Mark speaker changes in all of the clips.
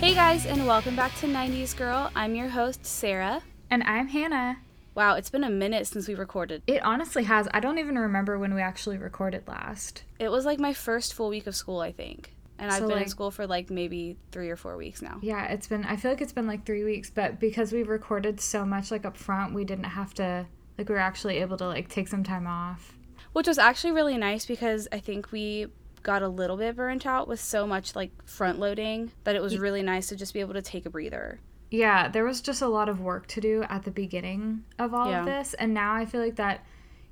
Speaker 1: Hey guys, and welcome back to 90s Girl. I'm your host, Sarah.
Speaker 2: And I'm Hannah.
Speaker 1: Wow, it's been a minute since we recorded.
Speaker 2: It honestly has. I don't even remember when we actually recorded last.
Speaker 1: It was like my first full week of school, I think. And I've
Speaker 2: So,
Speaker 1: been in
Speaker 2: like-
Speaker 1: school for like maybe three or four weeks now.
Speaker 2: Yeah, it's been, I feel like it's been like three weeks, but because we recorded so much like up front, we didn't have to, like, we were actually able to like take some time off.
Speaker 1: Which was actually really nice because I think we got a little bit burnt out with so much like front loading that it was really nice to just be able to take a breather.
Speaker 2: Yeah, there was just a lot of work to do at the beginning of all
Speaker 1: Yeah.
Speaker 2: of this. And now I feel like that,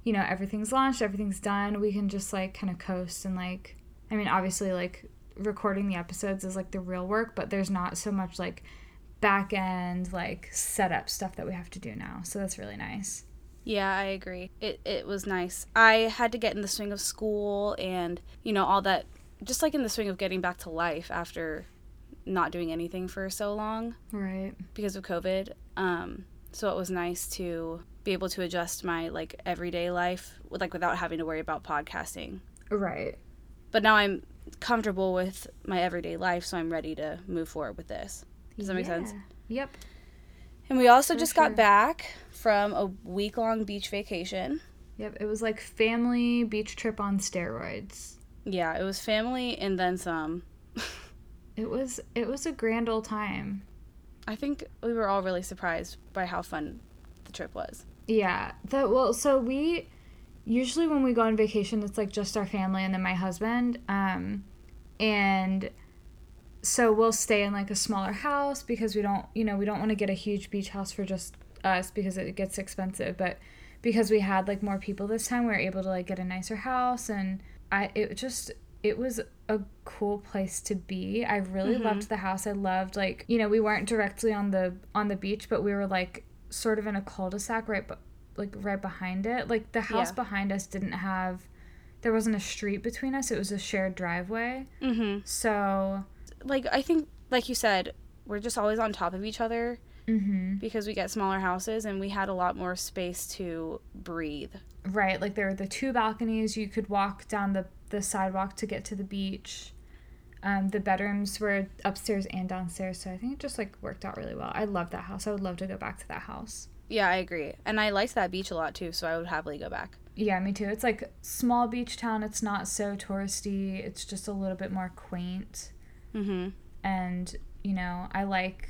Speaker 2: you know, everything's launched, everything's done. We can just like kind of coast and like, I mean, obviously, like recording the episodes is like the real work, but there's not so much like back end, like setup stuff that we have to do now. So that's really nice.
Speaker 1: Yeah, I agree. It it was nice. I had to get in the swing of school and, you know, all that just like in the swing of getting back to life after not doing anything for so long.
Speaker 2: Right.
Speaker 1: because of COVID. Um, so it was nice to be able to adjust my like everyday life with, like without having to worry about podcasting.
Speaker 2: Right.
Speaker 1: But now I'm comfortable with my everyday life, so I'm ready to move forward with this. Does that make sense?
Speaker 2: Yeah. Yep.
Speaker 1: And we also
Speaker 2: For
Speaker 1: just
Speaker 2: sure.
Speaker 1: got back from a week long beach vacation.
Speaker 2: Yep. It was like family beach trip on steroids.
Speaker 1: Yeah, it was family and then some.
Speaker 2: It was it was a grand old time.
Speaker 1: I think we were all really surprised by how fun the trip was.
Speaker 2: Yeah. That well, so we usually when we go on vacation, it's like just our family and then my husband. Um, and so we'll stay in like a smaller house because we don't, you know, we don't want to get a huge beach house for just us because it gets expensive. But because we had like more people this time, we were able to like get a nicer house, and I it just it was a cool place to be. I really loved the house. I loved like you know we weren't directly on the on the beach, but we were like sort of in a cul-de-sac right, but like right behind it. Like the house
Speaker 1: Yeah.
Speaker 2: behind us didn't have. There wasn't a street between us. It was a shared driveway.
Speaker 1: Mm-hmm.
Speaker 2: So,
Speaker 1: like I think like you said, we're just always on top of each other
Speaker 2: mm-hmm.
Speaker 1: because we get smaller houses and we had a lot more space to breathe.
Speaker 2: right, like there were the two balconies. You could walk down the, the sidewalk to get to the beach. Um, the bedrooms were upstairs and downstairs. So I think it just like worked out really well. I love that house. I would love to go back to that house.
Speaker 1: Yeah, I agree. And I liked that beach a lot too, so I would happily go back.
Speaker 2: Yeah, me too. It's like small beach town. It's not so touristy. It's just a little bit more quaint.
Speaker 1: Mhm.
Speaker 2: And, you know, I like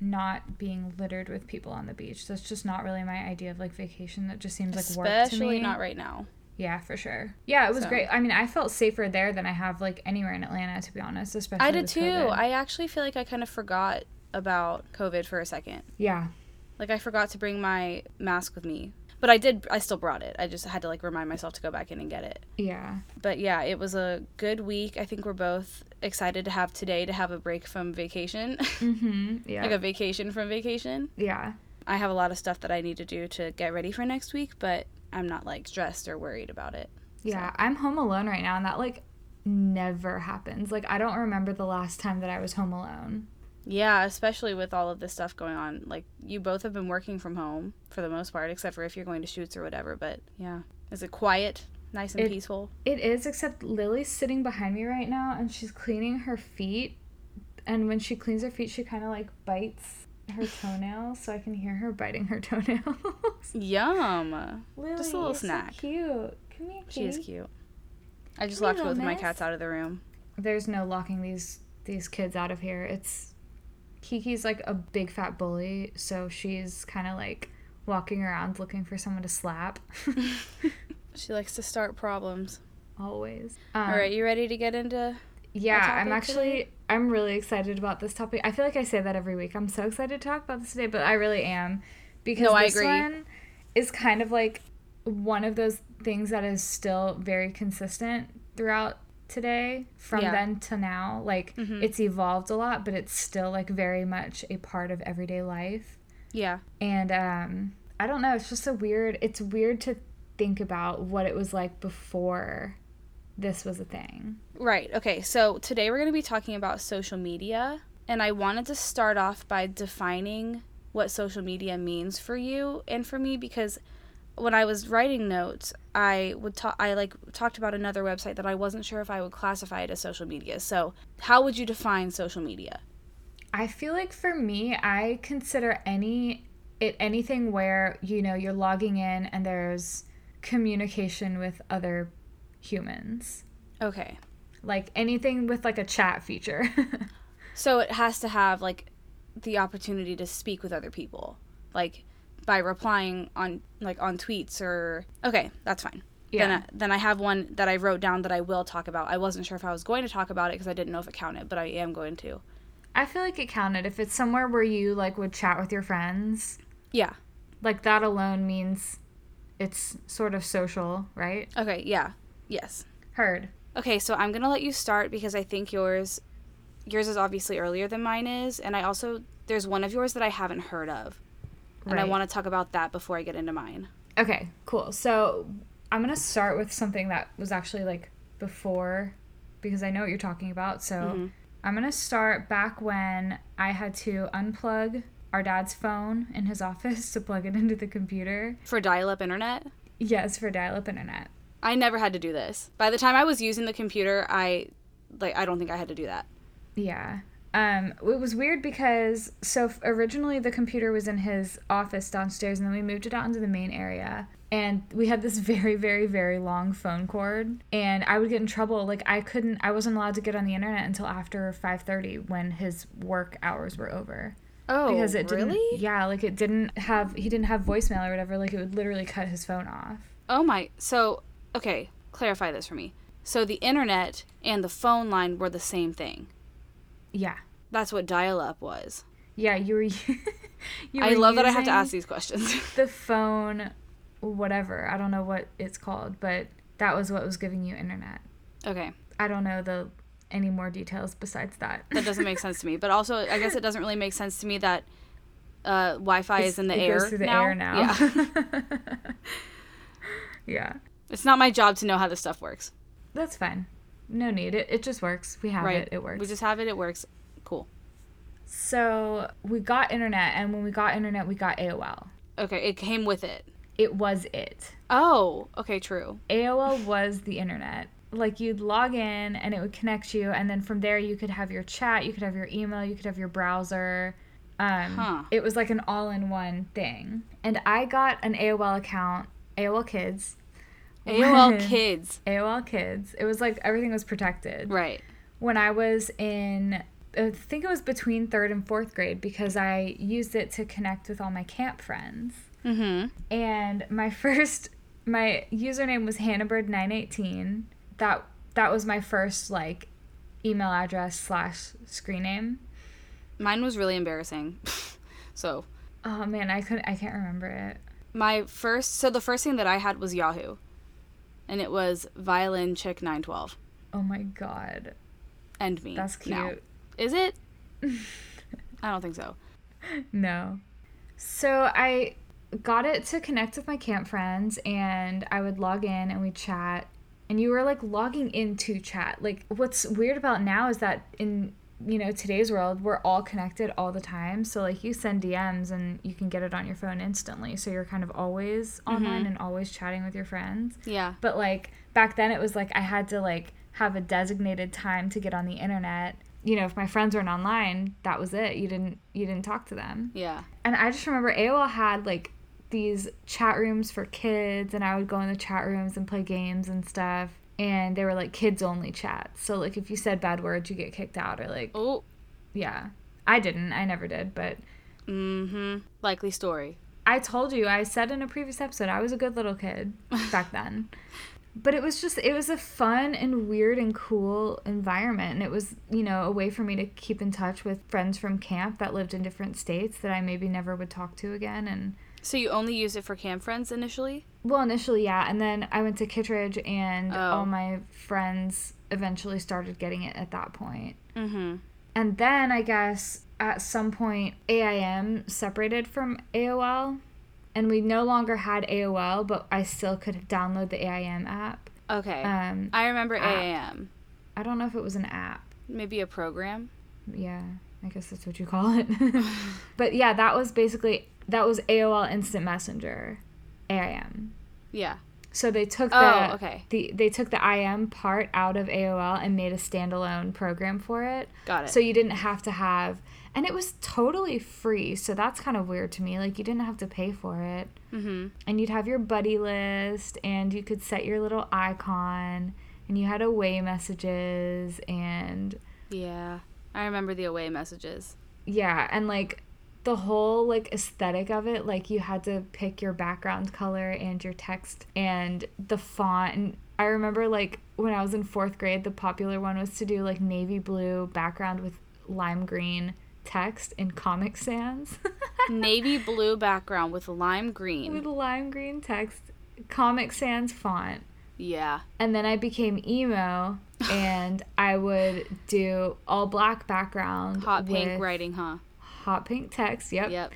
Speaker 2: not being littered with people on the beach. That's just not really my idea of like vacation. That just seems like work to me.
Speaker 1: Especially not right now.
Speaker 2: Yeah, for sure. Yeah, it was
Speaker 1: So-
Speaker 2: great. I mean, I felt safer there than I have like anywhere in Atlanta, to be honest. Especially
Speaker 1: I did
Speaker 2: with
Speaker 1: too.
Speaker 2: COVID.
Speaker 1: I actually feel like I kind of forgot about COVID for a second.
Speaker 2: yeah,
Speaker 1: Like I forgot to bring my mask with me. But I did I still brought it. I just had to like remind myself to go back in and get it.
Speaker 2: yeah,
Speaker 1: But yeah, it was a good week. I think we're both excited to have today to have a break from vacation.
Speaker 2: mm-hmm. yeah,
Speaker 1: like a vacation from vacation.
Speaker 2: yeah,
Speaker 1: I have a lot of stuff that I need to do to get ready for next week, but I'm not like stressed or worried about it.
Speaker 2: yeah. I'm home alone right now, and that like never happens. Like, I don't remember the last time that I was home alone.
Speaker 1: Yeah, especially with all of this stuff going on. Like you both have been working from home for the most part, except for if you're going to shoots or whatever, but yeah. Is it quiet, nice and
Speaker 2: It-
Speaker 1: peaceful?
Speaker 2: It is, except Lily's sitting behind me right now, and she's cleaning her feet. And when she cleans her feet, she kind of like bites her toenails, so I can hear her biting her toenails.
Speaker 1: Yum.
Speaker 2: Lily,
Speaker 1: Just a little
Speaker 2: you're so
Speaker 1: snack.
Speaker 2: cute. Come here,
Speaker 1: She is
Speaker 2: kitty.
Speaker 1: cute. I just
Speaker 2: Come
Speaker 1: locked
Speaker 2: here,
Speaker 1: both of my
Speaker 2: Gomez.
Speaker 1: cats out of the room.
Speaker 2: there's no locking these these kids out of here. It's Kiki's like a big fat bully, so she's kind of like walking around looking for someone to slap
Speaker 1: She likes to start problems.
Speaker 2: always. Um,
Speaker 1: all right, you ready to get into
Speaker 2: Yeah, I'm
Speaker 1: topic
Speaker 2: actually I'm really excited about this topic. I feel like I say that every week. I'm so excited to talk about this today, but I really am because
Speaker 1: No, I
Speaker 2: this
Speaker 1: agree.
Speaker 2: one is kind of like one of those things that is still very consistent throughout today from
Speaker 1: Yeah. Mm-hmm.
Speaker 2: then to now. Like it's evolved a lot, but it's still like very much a part of everyday life.
Speaker 1: Yeah.
Speaker 2: And um I don't know, it's just a weird it's weird to think about what it was like before this was a thing.
Speaker 1: Right. Okay. So today we're going to be talking about social media. And I wanted to start off by defining what social media means for you and for me because when I was writing notes, I would talk. I like talked about another website that I wasn't sure if I would classify it as social media. So, how would you define social media?
Speaker 2: I feel like for me, I consider any it anything where you know you're logging in and there's communication with other humans,
Speaker 1: Okay.
Speaker 2: like anything with like a chat feature.
Speaker 1: So it has to have like the opportunity to speak with other people, like by replying on like on tweets or okay, that's fine.
Speaker 2: Yeah.
Speaker 1: Then I, then I have one that I wrote down that I will talk about. I wasn't sure if I was going to talk about it because I didn't know if it counted, but I am going to.
Speaker 2: I feel like it counted if it's somewhere where you like would chat with your friends.
Speaker 1: Yeah.
Speaker 2: Like that alone means it's sort of social, right?
Speaker 1: Okay. Yeah. Yes.
Speaker 2: Heard.
Speaker 1: Okay, so I'm gonna let you start because I think yours, yours is obviously earlier than mine is, and I also there's one of yours that I haven't heard of, and I
Speaker 2: Right.
Speaker 1: want to talk about that before I get into mine.
Speaker 2: Okay, cool. So I'm gonna start with something that was actually like before because I know what you're talking about. So I'm gonna start back when I had to unplug our dad's phone in his office to plug it into the computer.
Speaker 1: For dial-up internet,
Speaker 2: Yes, for dial up internet.
Speaker 1: I never had to do this. By the time I was using the computer, I, like, I don't think I had to do that.
Speaker 2: Yeah. Um, it was weird because so f- originally the computer was in his office downstairs, and then we moved it out into the main area. And we had this very, very, very long phone cord, and I would get in trouble. Like I couldn't, I wasn't allowed to get on the internet until after five thirty when his work hours were over.
Speaker 1: Oh,
Speaker 2: Because it didn't,
Speaker 1: really?
Speaker 2: yeah, like it didn't have, he didn't have voicemail or whatever. Like it would literally cut his phone off.
Speaker 1: Oh my. So okay, clarify this for me. So the internet and the phone line were the same thing.
Speaker 2: Yeah,
Speaker 1: That's what dial-up was.
Speaker 2: yeah, you were. you
Speaker 1: I
Speaker 2: were
Speaker 1: love that I have to
Speaker 2: using-
Speaker 1: ask these questions.
Speaker 2: the phone whatever i don't know what it's called but that was what was giving you internet
Speaker 1: okay.
Speaker 2: i don't know the any more details besides that
Speaker 1: that doesn't make sense to me. But also, I guess it doesn't really make sense to me that uh, Wi-Fi is in the
Speaker 2: it
Speaker 1: air
Speaker 2: goes through the
Speaker 1: now.
Speaker 2: air now
Speaker 1: Yeah,
Speaker 2: yeah
Speaker 1: it's not my job to know how this stuff works.
Speaker 2: that's fine no need it, it just works we have
Speaker 1: Right?
Speaker 2: it it works
Speaker 1: We just have it. It works. Cool.
Speaker 2: so we got internet and when we got internet we got aol
Speaker 1: Okay, it came with it.
Speaker 2: it was it
Speaker 1: Oh, okay, true.
Speaker 2: AOL was the internet. Like you'd log in and it would connect you, and then from there you could have your chat, you could have your email, you could have your browser. Um,
Speaker 1: Huh.
Speaker 2: It was like an all-in-one thing. And I got an AOL account, AOL Kids,
Speaker 1: AOL
Speaker 2: When-
Speaker 1: Kids.
Speaker 2: AOL Kids. It was like everything was protected.
Speaker 1: Right.
Speaker 2: When I was in, I think it was between third and fourth grade because I used it to connect with all my camp friends
Speaker 1: Mm-hmm.
Speaker 2: and my first my username was hannahbird918 that that was my first like email address slash screen name
Speaker 1: Mine was really embarrassing. so
Speaker 2: oh man i couldn't i can't remember it
Speaker 1: my first, so the first thing that I had was Yahoo, and it was violin chick nine twelve
Speaker 2: oh my god
Speaker 1: and me.
Speaker 2: that's cute
Speaker 1: now. Is it? I don't think so.
Speaker 2: no so i got it to connect with my camp friends and i would log in and we'd chat and you were like logging into chat like what's weird about now is that in you know today's world we're all connected all the time so like you send dms and you can get it on your phone instantly so you're kind of always online and always chatting with your friends
Speaker 1: Yeah.
Speaker 2: but like back then it was like i had to like have a designated time to get on the internet you know if my friends weren't online that was it you didn't you didn't talk to them
Speaker 1: Yeah.
Speaker 2: and I just remember AOL had like these chat rooms for kids, and I would go in the chat rooms and play games and stuff. And they were like kids only chats. So, like, if you said bad words, you get kicked out, or like,
Speaker 1: Oh.
Speaker 2: yeah. I didn't, I never did, but
Speaker 1: Mm-hmm. Likely story.
Speaker 2: I told you, I said in a previous episode, I was a good little kid back then. But it was just, it was a fun and weird and cool environment. And it was, you know, a way for me to keep in touch with friends from camp that lived in different states that I maybe never would talk to again. And
Speaker 1: So you only used it for camp friends initially?
Speaker 2: Well, initially, yeah, and then I went to Kittredge, and
Speaker 1: Oh.
Speaker 2: all my friends eventually started getting it at that point.
Speaker 1: Mm-hmm.
Speaker 2: And then I guess at some point, AIM separated from AOL, and we no longer had AOL, but I still could download the AIM app.
Speaker 1: Okay.
Speaker 2: Um,
Speaker 1: I remember
Speaker 2: app.
Speaker 1: AAM.
Speaker 2: I don't know if it was an app.
Speaker 1: Maybe a program.
Speaker 2: Yeah, I guess that's what you call it. but yeah, that was basically that was AOL Instant Messenger, AIM.
Speaker 1: Yeah.
Speaker 2: So they took
Speaker 1: Oh,
Speaker 2: the
Speaker 1: okay.
Speaker 2: the they took the IM part out of AOL and made a standalone program for it.
Speaker 1: Got it.
Speaker 2: So you didn't have to have and it was totally free. So that's kind of weird to me. Like you didn't have to pay for it.
Speaker 1: mm-hmm.
Speaker 2: And you'd have your buddy list and you could set your little icon and you had away messages and
Speaker 1: Yeah. I remember the away messages.
Speaker 2: yeah and like the whole like aesthetic of it like you had to pick your background color and your text and the font and i remember like when i was in fourth grade the popular one was to do like navy blue background with lime green text in comic sans
Speaker 1: Navy blue background with lime
Speaker 2: with
Speaker 1: green.
Speaker 2: lime green text comic sans font
Speaker 1: Yeah.
Speaker 2: and then I became emo, and I would do all black background,
Speaker 1: Hot pink
Speaker 2: with
Speaker 1: writing, huh?
Speaker 2: hot pink text.
Speaker 1: Yep.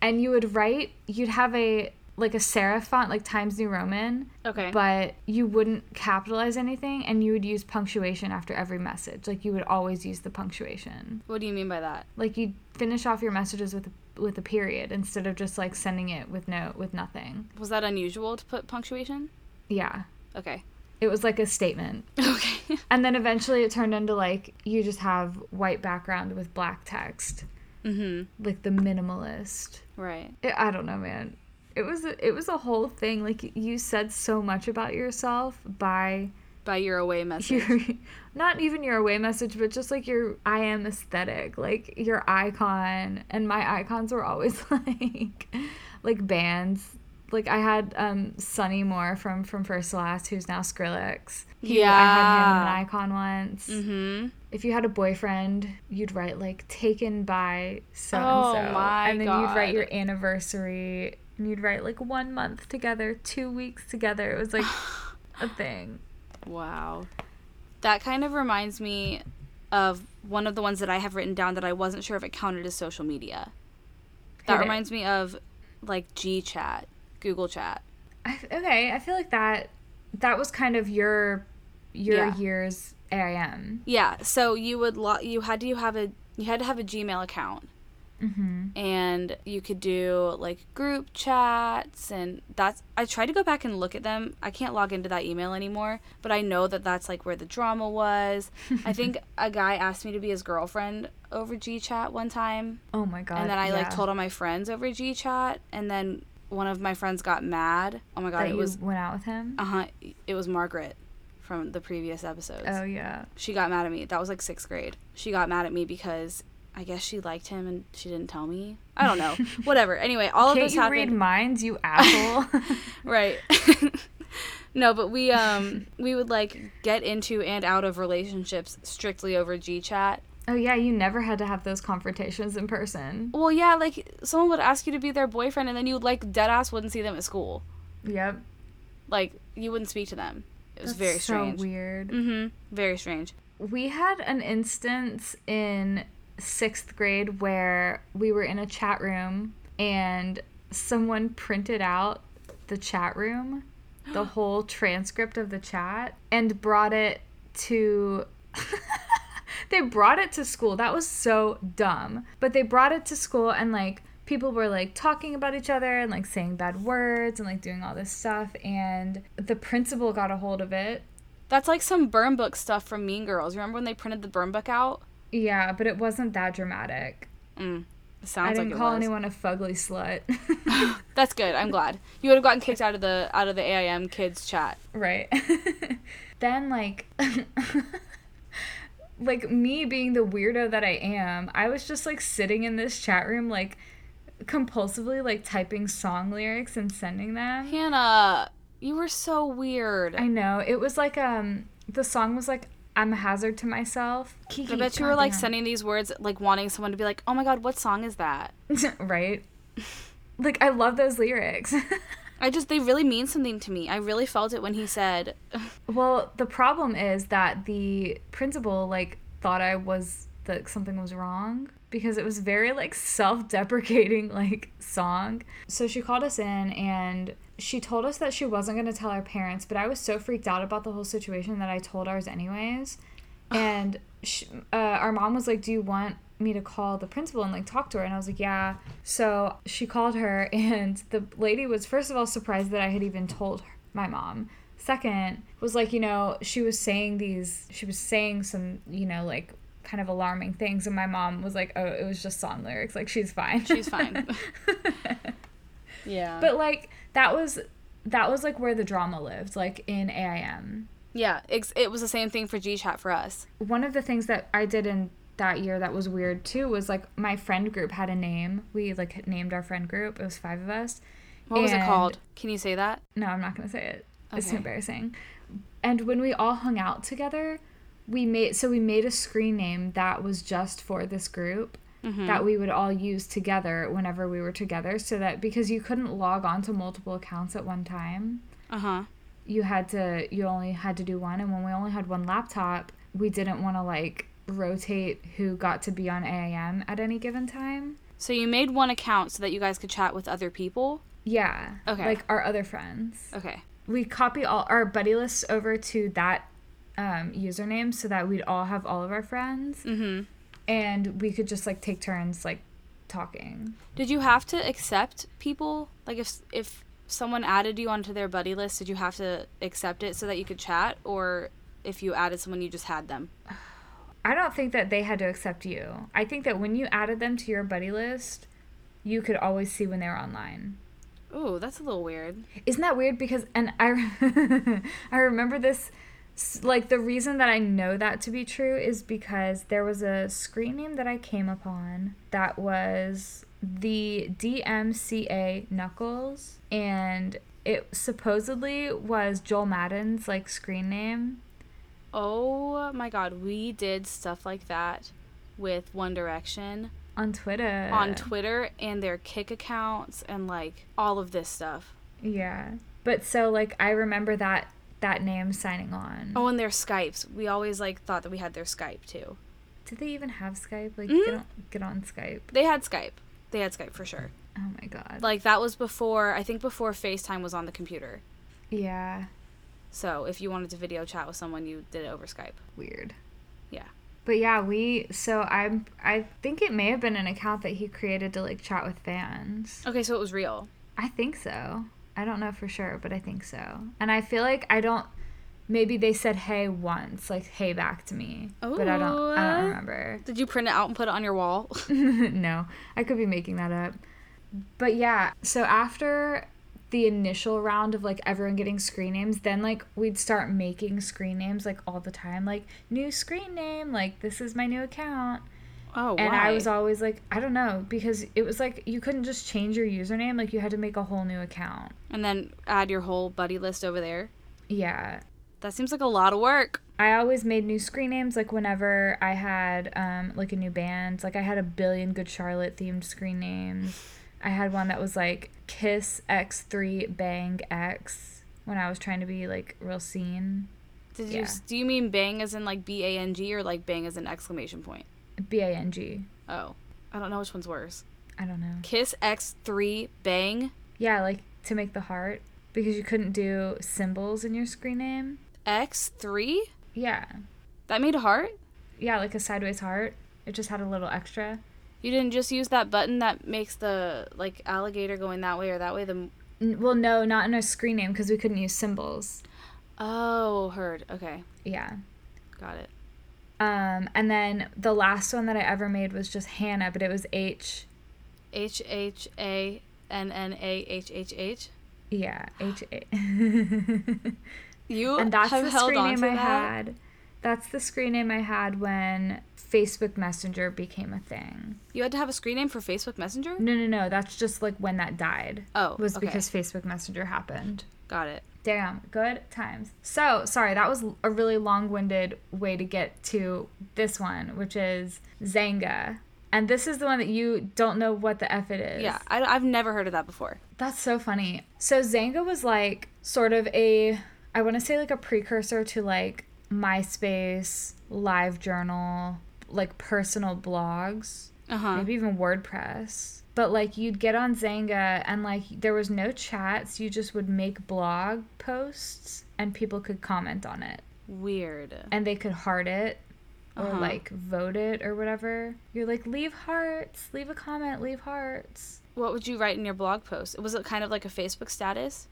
Speaker 2: and you would write you'd have a like a serif font like times new roman
Speaker 1: Okay.
Speaker 2: but you wouldn't capitalize anything and you would use punctuation after every message like you would always use the punctuation
Speaker 1: what do you mean by that?
Speaker 2: like you'd finish off your messages with with a period instead of just like sending it with no with nothing
Speaker 1: Was that unusual to put punctuation?
Speaker 2: yeah
Speaker 1: Okay.
Speaker 2: it was like a statement
Speaker 1: Okay.
Speaker 2: and then eventually it turned into like you just have white background with black text
Speaker 1: mm-hmm.
Speaker 2: like the minimalist
Speaker 1: Right.
Speaker 2: it, I don't know, man. It was a, it was a whole thing. Like you said so much about yourself by
Speaker 1: By your away message.
Speaker 2: your, not even your away message, but just like your I am aesthetic, like your icon. And my icons were always like like bands. Like I had um Sonny Moore from from First to Last, who's now Skrillex. He- I had him in an
Speaker 1: Yeah.
Speaker 2: icon once.
Speaker 1: mm-hmm.
Speaker 2: If you had a boyfriend, you'd write like taken by so
Speaker 1: Oh
Speaker 2: and so.
Speaker 1: my
Speaker 2: And then you'd
Speaker 1: God.
Speaker 2: write your anniversary and you'd write like one month together, two weeks together. It was like a thing.
Speaker 1: Wow. That kind of reminds me of one of the ones that I have written down that I wasn't sure if it counted as social media. That
Speaker 2: Hit it.
Speaker 1: reminds me of like G Chat, Google Chat.
Speaker 2: I, okay, I feel like that that was kind of your your
Speaker 1: Yeah.
Speaker 2: year's AIM.
Speaker 1: Yeah, so you would lo- you had to have a you had to have a Gmail account
Speaker 2: Mm-hmm.
Speaker 1: and you could do like group chats and that's I tried to go back and look at them. I can't log into that email anymore, but I know that that's like where the drama was. I think a guy asked me to be his girlfriend over G Chat one time
Speaker 2: Oh my god.
Speaker 1: and then I like
Speaker 2: yeah.
Speaker 1: told all my friends over G Chat, and then one of my friends got mad. Oh my god,
Speaker 2: that
Speaker 1: it
Speaker 2: you
Speaker 1: was
Speaker 2: went out with him.
Speaker 1: uh huh, it was Margaret from the previous episodes.
Speaker 2: oh yeah.
Speaker 1: She got mad at me. That was like sixth grade. She got mad at me because I guess she liked him and she didn't tell me. I don't know. Whatever. Anyway, all of
Speaker 2: Can't
Speaker 1: this
Speaker 2: you
Speaker 1: happened.
Speaker 2: read minds, you asshole?
Speaker 1: right. no, but we um we would like get into and out of relationships strictly over G Chat.
Speaker 2: oh yeah, you never had to have those confrontations in person.
Speaker 1: Well, yeah, like someone would ask you to be their boyfriend, and then you like dead ass wouldn't see them at school.
Speaker 2: Yep.
Speaker 1: like you wouldn't speak to them. It was
Speaker 2: That's
Speaker 1: very strange.
Speaker 2: So weird.
Speaker 1: Mm-hmm. Very strange.
Speaker 2: We had an instance in sixth grade where we were in a chat room and someone printed out the chat room, the whole transcript of the chat, and brought it to. they brought it to school. That was so dumb. But they brought it to school and like people were like talking about each other and like saying bad words and like doing all this stuff and the principal got a hold of it
Speaker 1: That's like some burn book stuff from Mean Girls. Remember when they printed the burn book out?
Speaker 2: Yeah, but it wasn't that dramatic.
Speaker 1: Mm. It
Speaker 2: I
Speaker 1: Sounds
Speaker 2: didn't
Speaker 1: like it
Speaker 2: call
Speaker 1: was.
Speaker 2: anyone a fugly slut.
Speaker 1: That's good. I'm glad you would have gotten kicked out of the out of the AIM kids chat.
Speaker 2: right. then like like me being the weirdo that I am, I was just like sitting in this chat room like compulsively like typing song lyrics and sending them.
Speaker 1: Hannah, you were so weird.
Speaker 2: I
Speaker 1: I,
Speaker 2: know. It was like um the song was like I'm a hazard to myself. Kiki,
Speaker 1: bet you were like
Speaker 2: goddamn.
Speaker 1: sending these words, like wanting someone to be like, "Oh my god, what song is that?"
Speaker 2: right? Like I love those lyrics.
Speaker 1: I just they really mean something to me. I really felt it when he said,
Speaker 2: Well, the problem is that the principal like thought I was that something was wrong because it was very like self-deprecating like song. So she called us in and she told us that she wasn't going to tell her parents, but I was so freaked out about the whole situation that I told ours anyways. And she, uh, our mom was like, "Do you want me to call the principal and like talk to her?" And I was like, "Yeah." So she called her, and the lady was first of all surprised that I had even told her, my mom. Second was like, you know, she was saying these, she was saying some, you know, like kind of alarming things, and my mom was like, "Oh, it was just song lyrics. Like she's fine.
Speaker 1: She's fine. yeah.
Speaker 2: But like that was that was like where the drama lived, like in AIM.
Speaker 1: yeah, it's, it was the same thing for G Chat for us.
Speaker 2: One of the things that I did in that year that was weird too was like my friend group had a name. We like named our friend group. It was five of us.
Speaker 1: What was it
Speaker 2: And-
Speaker 1: called? Can you say that?
Speaker 2: No, I'm not gonna say it. It's too
Speaker 1: Okay.
Speaker 2: embarrassing. And when we all hung out together, we made so we made a screen name that was just for this group that we would all use together whenever we were together so that because you couldn't log on to multiple accounts at one time.
Speaker 1: Uh huh.
Speaker 2: you had to you only had to do one and when we only had one laptop we didn't want to like rotate who got to be on AIM at any given time
Speaker 1: So you made one account so that you guys could chat with other people.
Speaker 2: yeah
Speaker 1: Okay.
Speaker 2: like our other friends
Speaker 1: Okay.
Speaker 2: we copy all our buddy lists over to that um, username so that we'd all have all of our friends
Speaker 1: Mm-hmm.
Speaker 2: and we could just like take turns like talking
Speaker 1: Did you have to accept people? Like if if someone added you onto their buddy list, did you have to accept it so that you could chat, or if you added someone, you just had them?
Speaker 2: I don't think that they had to accept you I think that when you added them to your buddy list you could always see when they were online
Speaker 1: Ooh, that's a little weird.
Speaker 2: Isn't that weird? Because and I, I remember this. s- Like the reason that I know that to be true is because there was a screen name that I came upon that was the DMCA Knuckles, and it supposedly was Joel Madden's like screen name.
Speaker 1: Oh my god, we did stuff like that with One Direction
Speaker 2: On Twitter.
Speaker 1: on Twitter and their kick accounts and like all of this stuff.
Speaker 2: Yeah. But so like I remember that that name signing on.
Speaker 1: Oh, and their Skypes. We always like thought that we had their Skype too.
Speaker 2: Did they even have Skype? Like
Speaker 1: Mhm.
Speaker 2: get on get on Skype.
Speaker 1: They had Skype. They had Skype for sure.
Speaker 2: Oh my god.
Speaker 1: Like that was before I think before FaceTime was on the computer.
Speaker 2: yeah.
Speaker 1: So if you wanted to video chat with someone, you did it over Skype.
Speaker 2: weird.
Speaker 1: Yeah.
Speaker 2: But yeah, we so I'm I think it may have been an account that he created to like chat with fans.
Speaker 1: Okay, so it was real.
Speaker 2: I think so. I don't know for sure, but I think so. And I feel like I don't maybe they said hey once, like hey back to me. But I don't I don't
Speaker 1: Ooh.
Speaker 2: remember.
Speaker 1: Did you print it out and put it on your wall?
Speaker 2: no. I could be making that up. But yeah, so after the initial round of like everyone getting screen names, then like we'd start making screen names like all the time, like new screen name, like this is my new account.
Speaker 1: oh,
Speaker 2: And
Speaker 1: why?
Speaker 2: I was always like, I don't know, because it was like you couldn't just change your username, like you had to make a whole new account.
Speaker 1: and then add your whole buddy list over there.
Speaker 2: Yeah.
Speaker 1: That seems like a lot of work.
Speaker 2: I always made new screen names like whenever I had um like a new band. Like I had a billion good Charlotte themed screen names. I had one that was like Kiss X3 Bang X when I was trying to be like real scene.
Speaker 1: Did
Speaker 2: Yeah.
Speaker 1: you do you mean bang as in like B A N G or like bang as an exclamation point?
Speaker 2: B A N G.
Speaker 1: Oh, I don't know which one's worse.
Speaker 2: I don't know.
Speaker 1: Kiss X three bang
Speaker 2: Yeah, like to make the heart because you couldn't do symbols in your screen name.
Speaker 1: X three.
Speaker 2: Yeah.
Speaker 1: That made a heart.
Speaker 2: Yeah, like a sideways heart. It just had a little extra.
Speaker 1: You didn't just use that button that makes the like alligator going that way or that way. The
Speaker 2: N- well, no, not in a screen name because we couldn't use symbols.
Speaker 1: oh heard. Okay,
Speaker 2: Yeah.
Speaker 1: got it.
Speaker 2: Um, and then the last one that I ever made was just Hannah, but it was H.
Speaker 1: H H A N N A H H H.
Speaker 2: Yeah, H A.
Speaker 1: You
Speaker 2: and that's
Speaker 1: have
Speaker 2: the
Speaker 1: held
Speaker 2: screen
Speaker 1: on
Speaker 2: name
Speaker 1: to
Speaker 2: I
Speaker 1: that.
Speaker 2: had. That's the screen name I had when Facebook Messenger became a thing.
Speaker 1: You had to have a screen name for Facebook Messenger.
Speaker 2: No, no, no. That's just like when that died.
Speaker 1: Oh,
Speaker 2: was
Speaker 1: okay.
Speaker 2: because Facebook Messenger happened.
Speaker 1: Got it.
Speaker 2: Damn, good times. So, sorry, that was a really long winded way to get to this one, which is Zanga. And this is the one that you don't know what the F it is.
Speaker 1: Yeah, I, I've never heard of that before.
Speaker 2: That's so funny. So, Zanga was like sort of a, I want to say like a precursor to like MySpace, LiveJournal, like personal blogs.
Speaker 1: Uh-huh.
Speaker 2: maybe even WordPress. But like you'd get on Zanga and like there was no chats. You just would make blog posts and people could comment on it
Speaker 1: Weird.
Speaker 2: and they could heart it or
Speaker 1: Uh-huh.
Speaker 2: like vote it or whatever. You're like, leave hearts, leave a comment, leave hearts.
Speaker 1: What would you write in your blog post? Was it kind of like a Facebook status?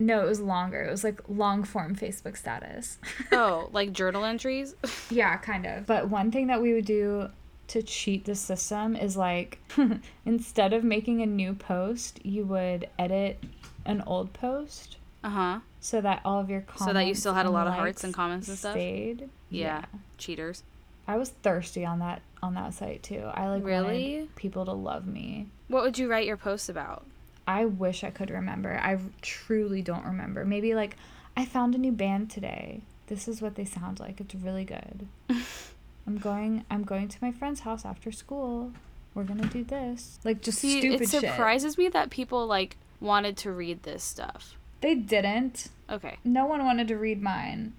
Speaker 2: No, it was longer. It was like long form Facebook status.
Speaker 1: Oh, like journal entries?
Speaker 2: Yeah, kind of. But one thing that we would do to cheat the system is like instead of making a new post, you would edit an old post
Speaker 1: Uh huh.
Speaker 2: so that all of your comments
Speaker 1: that you still had a
Speaker 2: and
Speaker 1: lot of hearts and
Speaker 2: likes
Speaker 1: comments and stuff?
Speaker 2: stayed.
Speaker 1: Yeah. Cheaters.
Speaker 2: I was thirsty on that on that site too. I like really
Speaker 1: Really?
Speaker 2: people to love me.
Speaker 1: What would you write your posts about?
Speaker 2: I wish I could remember. I truly don't remember. Maybe like I found a new band today. This is what they sound like. It's really good. I'm going I'm going to my friend's house after school. We're going to do this. Like just
Speaker 1: See,
Speaker 2: stupid
Speaker 1: it
Speaker 2: shit.
Speaker 1: surprises me that people like wanted to read this stuff.
Speaker 2: They didn't.
Speaker 1: Okay.
Speaker 2: No one wanted to read mine.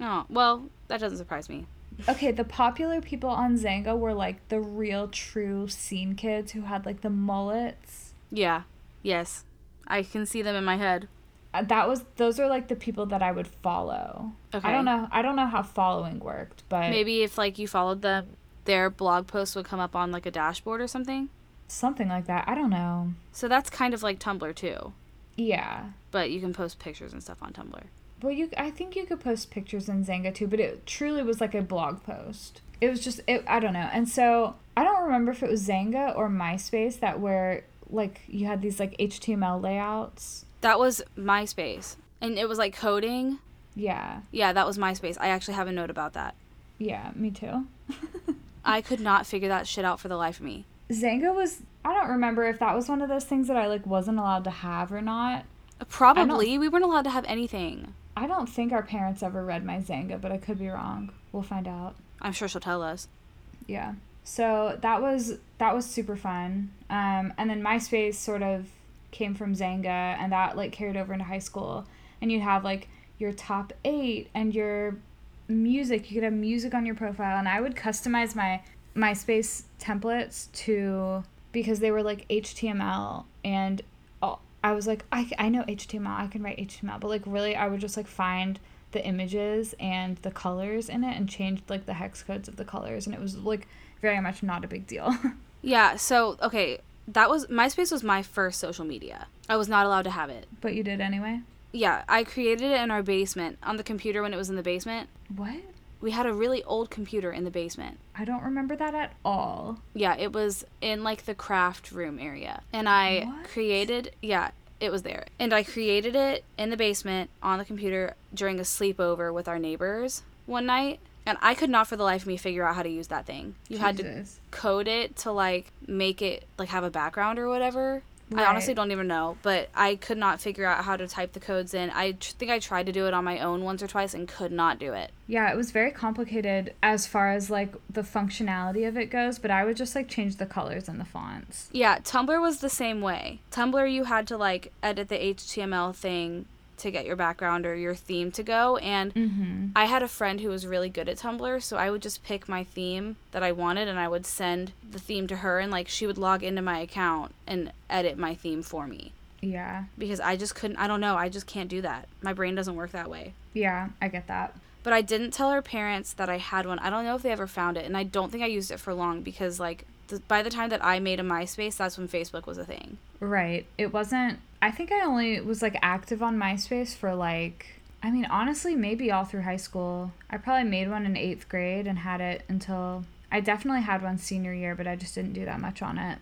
Speaker 1: Oh, well, that doesn't surprise me.
Speaker 2: Okay, the popular people on Zanga were like the real true scene kids who had like the mullets.
Speaker 1: Yeah. Yes. I can see them in my head.
Speaker 2: Uh, That was those are like the people that I would follow. I
Speaker 1: Okay.
Speaker 2: don't know I don't know how following worked, but
Speaker 1: Maybe if like you followed them, their blog posts would come up on like a dashboard or something.
Speaker 2: something like that. I don't know.
Speaker 1: So that's kind of like Tumblr too,
Speaker 2: Yeah.
Speaker 1: but you can post pictures and stuff on Tumblr.
Speaker 2: Well, you I think you could post pictures in Zanga too, but it truly was like a blog post. It was just it, I don't know. And so I don't remember if it was Zanga or MySpace that where like you had these like HTML layouts.
Speaker 1: That was MySpace. And it was like coding.
Speaker 2: Yeah.
Speaker 1: Yeah, that was MySpace. I actually have a note about that.
Speaker 2: Yeah, me too.
Speaker 1: I could not figure that shit out for the life of me.
Speaker 2: Zanga was I don't remember if that was one of those things that I like wasn't allowed to have or not.
Speaker 1: Uh, Probably. We weren't allowed to have anything.
Speaker 2: I don't think our parents ever read my Zanga, but I could be wrong. We'll find out.
Speaker 1: I'm sure she'll tell us.
Speaker 2: yeah so that was that was super fun um, and then myspace sort of came from zanga and that like carried over into high school and you'd have like your top eight and your music you could have music on your profile and i would customize my myspace templates to because they were like html and all- i was like I, I know html i can write html but like really i would just like find the images and the colors in it and changed like the hex codes of the colors and it was like very much not a big deal
Speaker 1: Yeah, so, okay, that was MySpace was my first social media. I was not allowed to have it.
Speaker 2: but you did anyway
Speaker 1: Yeah, I created it in our basement on the computer when it was in the basement.
Speaker 2: what
Speaker 1: We had a really old computer in the basement.
Speaker 2: i don't remember that at all
Speaker 1: Yeah, it was in like the craft room area. And I
Speaker 2: What?
Speaker 1: created, yeah, it was there. And I created it in the basement on the computer during a sleepover with our neighbors one night. And I could not for the life of me figure out how to use that thing. You had to
Speaker 2: Jesus.
Speaker 1: code it to like make it like have a background or whatever.
Speaker 2: Right.
Speaker 1: I honestly don't even know, but I could not figure out how to type the codes in. I tr- think I tried to do it on my own once or twice and could not do it.
Speaker 2: yeah it was very complicated as far as like the functionality of it goes but i would just like change the colors and the fonts
Speaker 1: Yeah, Tumblr was the same way. Tumblr, you had to like edit the HTML thing to get your background or your theme to go. And
Speaker 2: mm-hmm
Speaker 1: I had a friend who was really good at Tumblr, so I would just pick my theme that I wanted and I would send the theme to her, and like she would log into my account and edit my theme for me
Speaker 2: yeah
Speaker 1: because I just couldn't, I don't know, I just can't do that. My brain doesn't work that way.
Speaker 2: yeah i get that
Speaker 1: But I didn't tell her parents that I had one. I don't know if they ever found it, and I don't think I used it for long because, like, th- by the time that I made a MySpace, that's when Facebook was a thing.
Speaker 2: Right. It wasn't I think I only was like active on MySpace for like I mean honestly maybe all through high school. I probably made one in 8th grade and had it until I definitely had one senior year, but I just didn't do that much on it.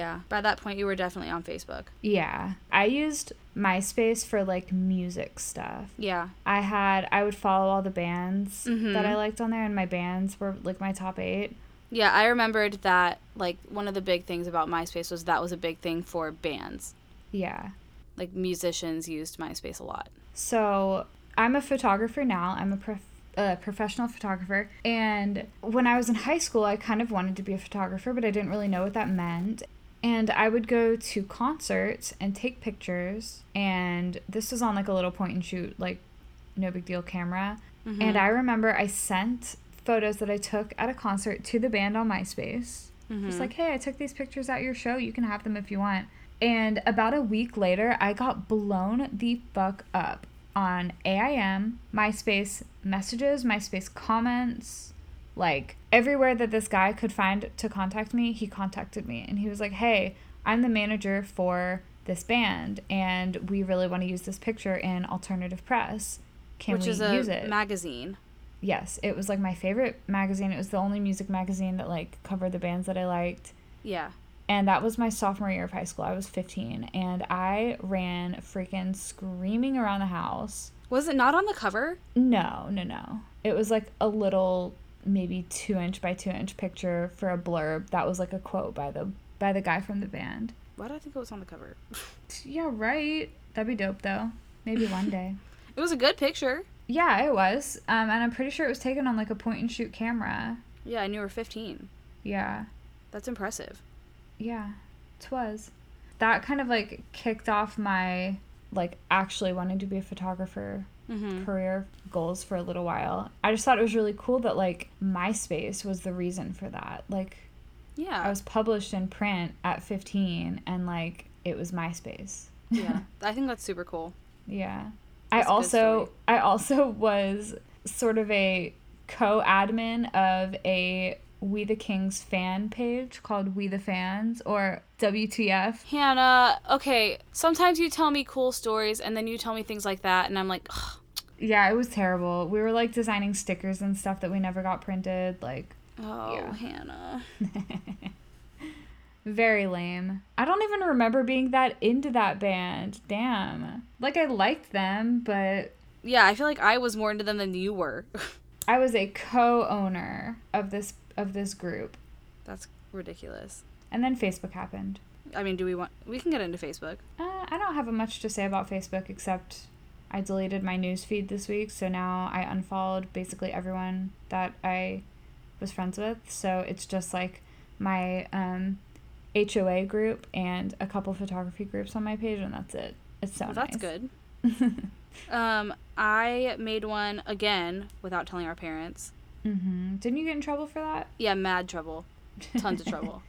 Speaker 1: Yeah. By that point, you were definitely on Facebook.
Speaker 2: Yeah. I used MySpace for like music stuff.
Speaker 1: Yeah.
Speaker 2: I had I would follow all the bands
Speaker 1: Mhm.
Speaker 2: that I liked on there and my bands were like my top 8.
Speaker 1: Yeah, I remembered that, like, one of the big things about MySpace was that was a big thing for bands.
Speaker 2: Yeah.
Speaker 1: Like, musicians used MySpace a lot.
Speaker 2: So I'm a photographer now. I'm a prof- uh, professional photographer. And when I was in high school, I kind of wanted to be a photographer, but I didn't really know what that meant. And I would go to concerts and take pictures. And this was on like a little point and shoot, like no big deal camera. And I remember I sent photos that I took at a concert to the band on MySpace. Just like, hey, I took these pictures at your show. You can have them if you want. And about a week later, I got blown the fuck up on AIM, MySpace messages, MySpace comments, like everywhere that this guy could find to contact me, he contacted me and he was like, hey, I'm the manager for this band and we really want to use this picture in alternative press. Can
Speaker 1: which
Speaker 2: we
Speaker 1: is a
Speaker 2: use it?
Speaker 1: magazine.
Speaker 2: yes, it was like my favorite magazine. It was the only music magazine that like covered the bands that I liked.
Speaker 1: Yeah.
Speaker 2: And that was my sophomore year of high school. I was 15 and I ran freaking screaming around the house.
Speaker 1: Was it not on the cover?
Speaker 2: No, no, no. It was like a little maybe 2 inch by 2 inch picture for a blurb that was like a quote by the by the guy from the band.
Speaker 1: Why do I think it was on the cover?
Speaker 2: Yeah, right. That'd be dope though. Maybe one day.
Speaker 1: It was a good picture.
Speaker 2: yeah, it was. Um and I'm pretty sure it was taken on like a point and shoot camera.
Speaker 1: Yeah, and you were 15.
Speaker 2: Yeah.
Speaker 1: That's impressive.
Speaker 2: Yeah, twas. That kind of like kicked off my like actually wanting to be a photographer
Speaker 1: Mm-hmm.
Speaker 2: career goals for a little while. I just thought it was really cool that like MySpace was the reason for that. Like I
Speaker 1: Yeah.
Speaker 2: was published in print at 15 and like it was MySpace.
Speaker 1: yeah. I think that's super cool.
Speaker 2: Yeah.
Speaker 1: That's a
Speaker 2: I
Speaker 1: good
Speaker 2: also
Speaker 1: story.
Speaker 2: I also was sort of a co-admin of a We the Kings fan page called We the Fans or WTF
Speaker 1: Hannah, okay, sometimes you tell me cool stories and then you tell me things like that, and I'm like, "Ugh,
Speaker 2: Yeah, it was terrible. We were like designing stickers and stuff that we never got printed. Like,
Speaker 1: oh,
Speaker 2: Yeah.
Speaker 1: Hannah.
Speaker 2: very lame. I don't even remember being that into that band. Damn. Like, I liked them, but
Speaker 1: Yeah, I feel like I was more into them than you were.
Speaker 2: I was a co-owner of this of this group.
Speaker 1: that's ridiculous.
Speaker 2: And then Facebook happened.
Speaker 1: I mean, do we want? We can get into Facebook.
Speaker 2: Uh, I don't have much to say about Facebook except I deleted my news feed this week, so now I unfollowed basically everyone that I was friends with. So it's just like my um, HOA group and a couple photography groups on my page, and that's it. It's so
Speaker 1: Well, that's
Speaker 2: nice.
Speaker 1: good. um, I made one again without telling our parents.
Speaker 2: hmm Didn't you get in trouble for that?
Speaker 1: Yeah, mad trouble. Tons of trouble.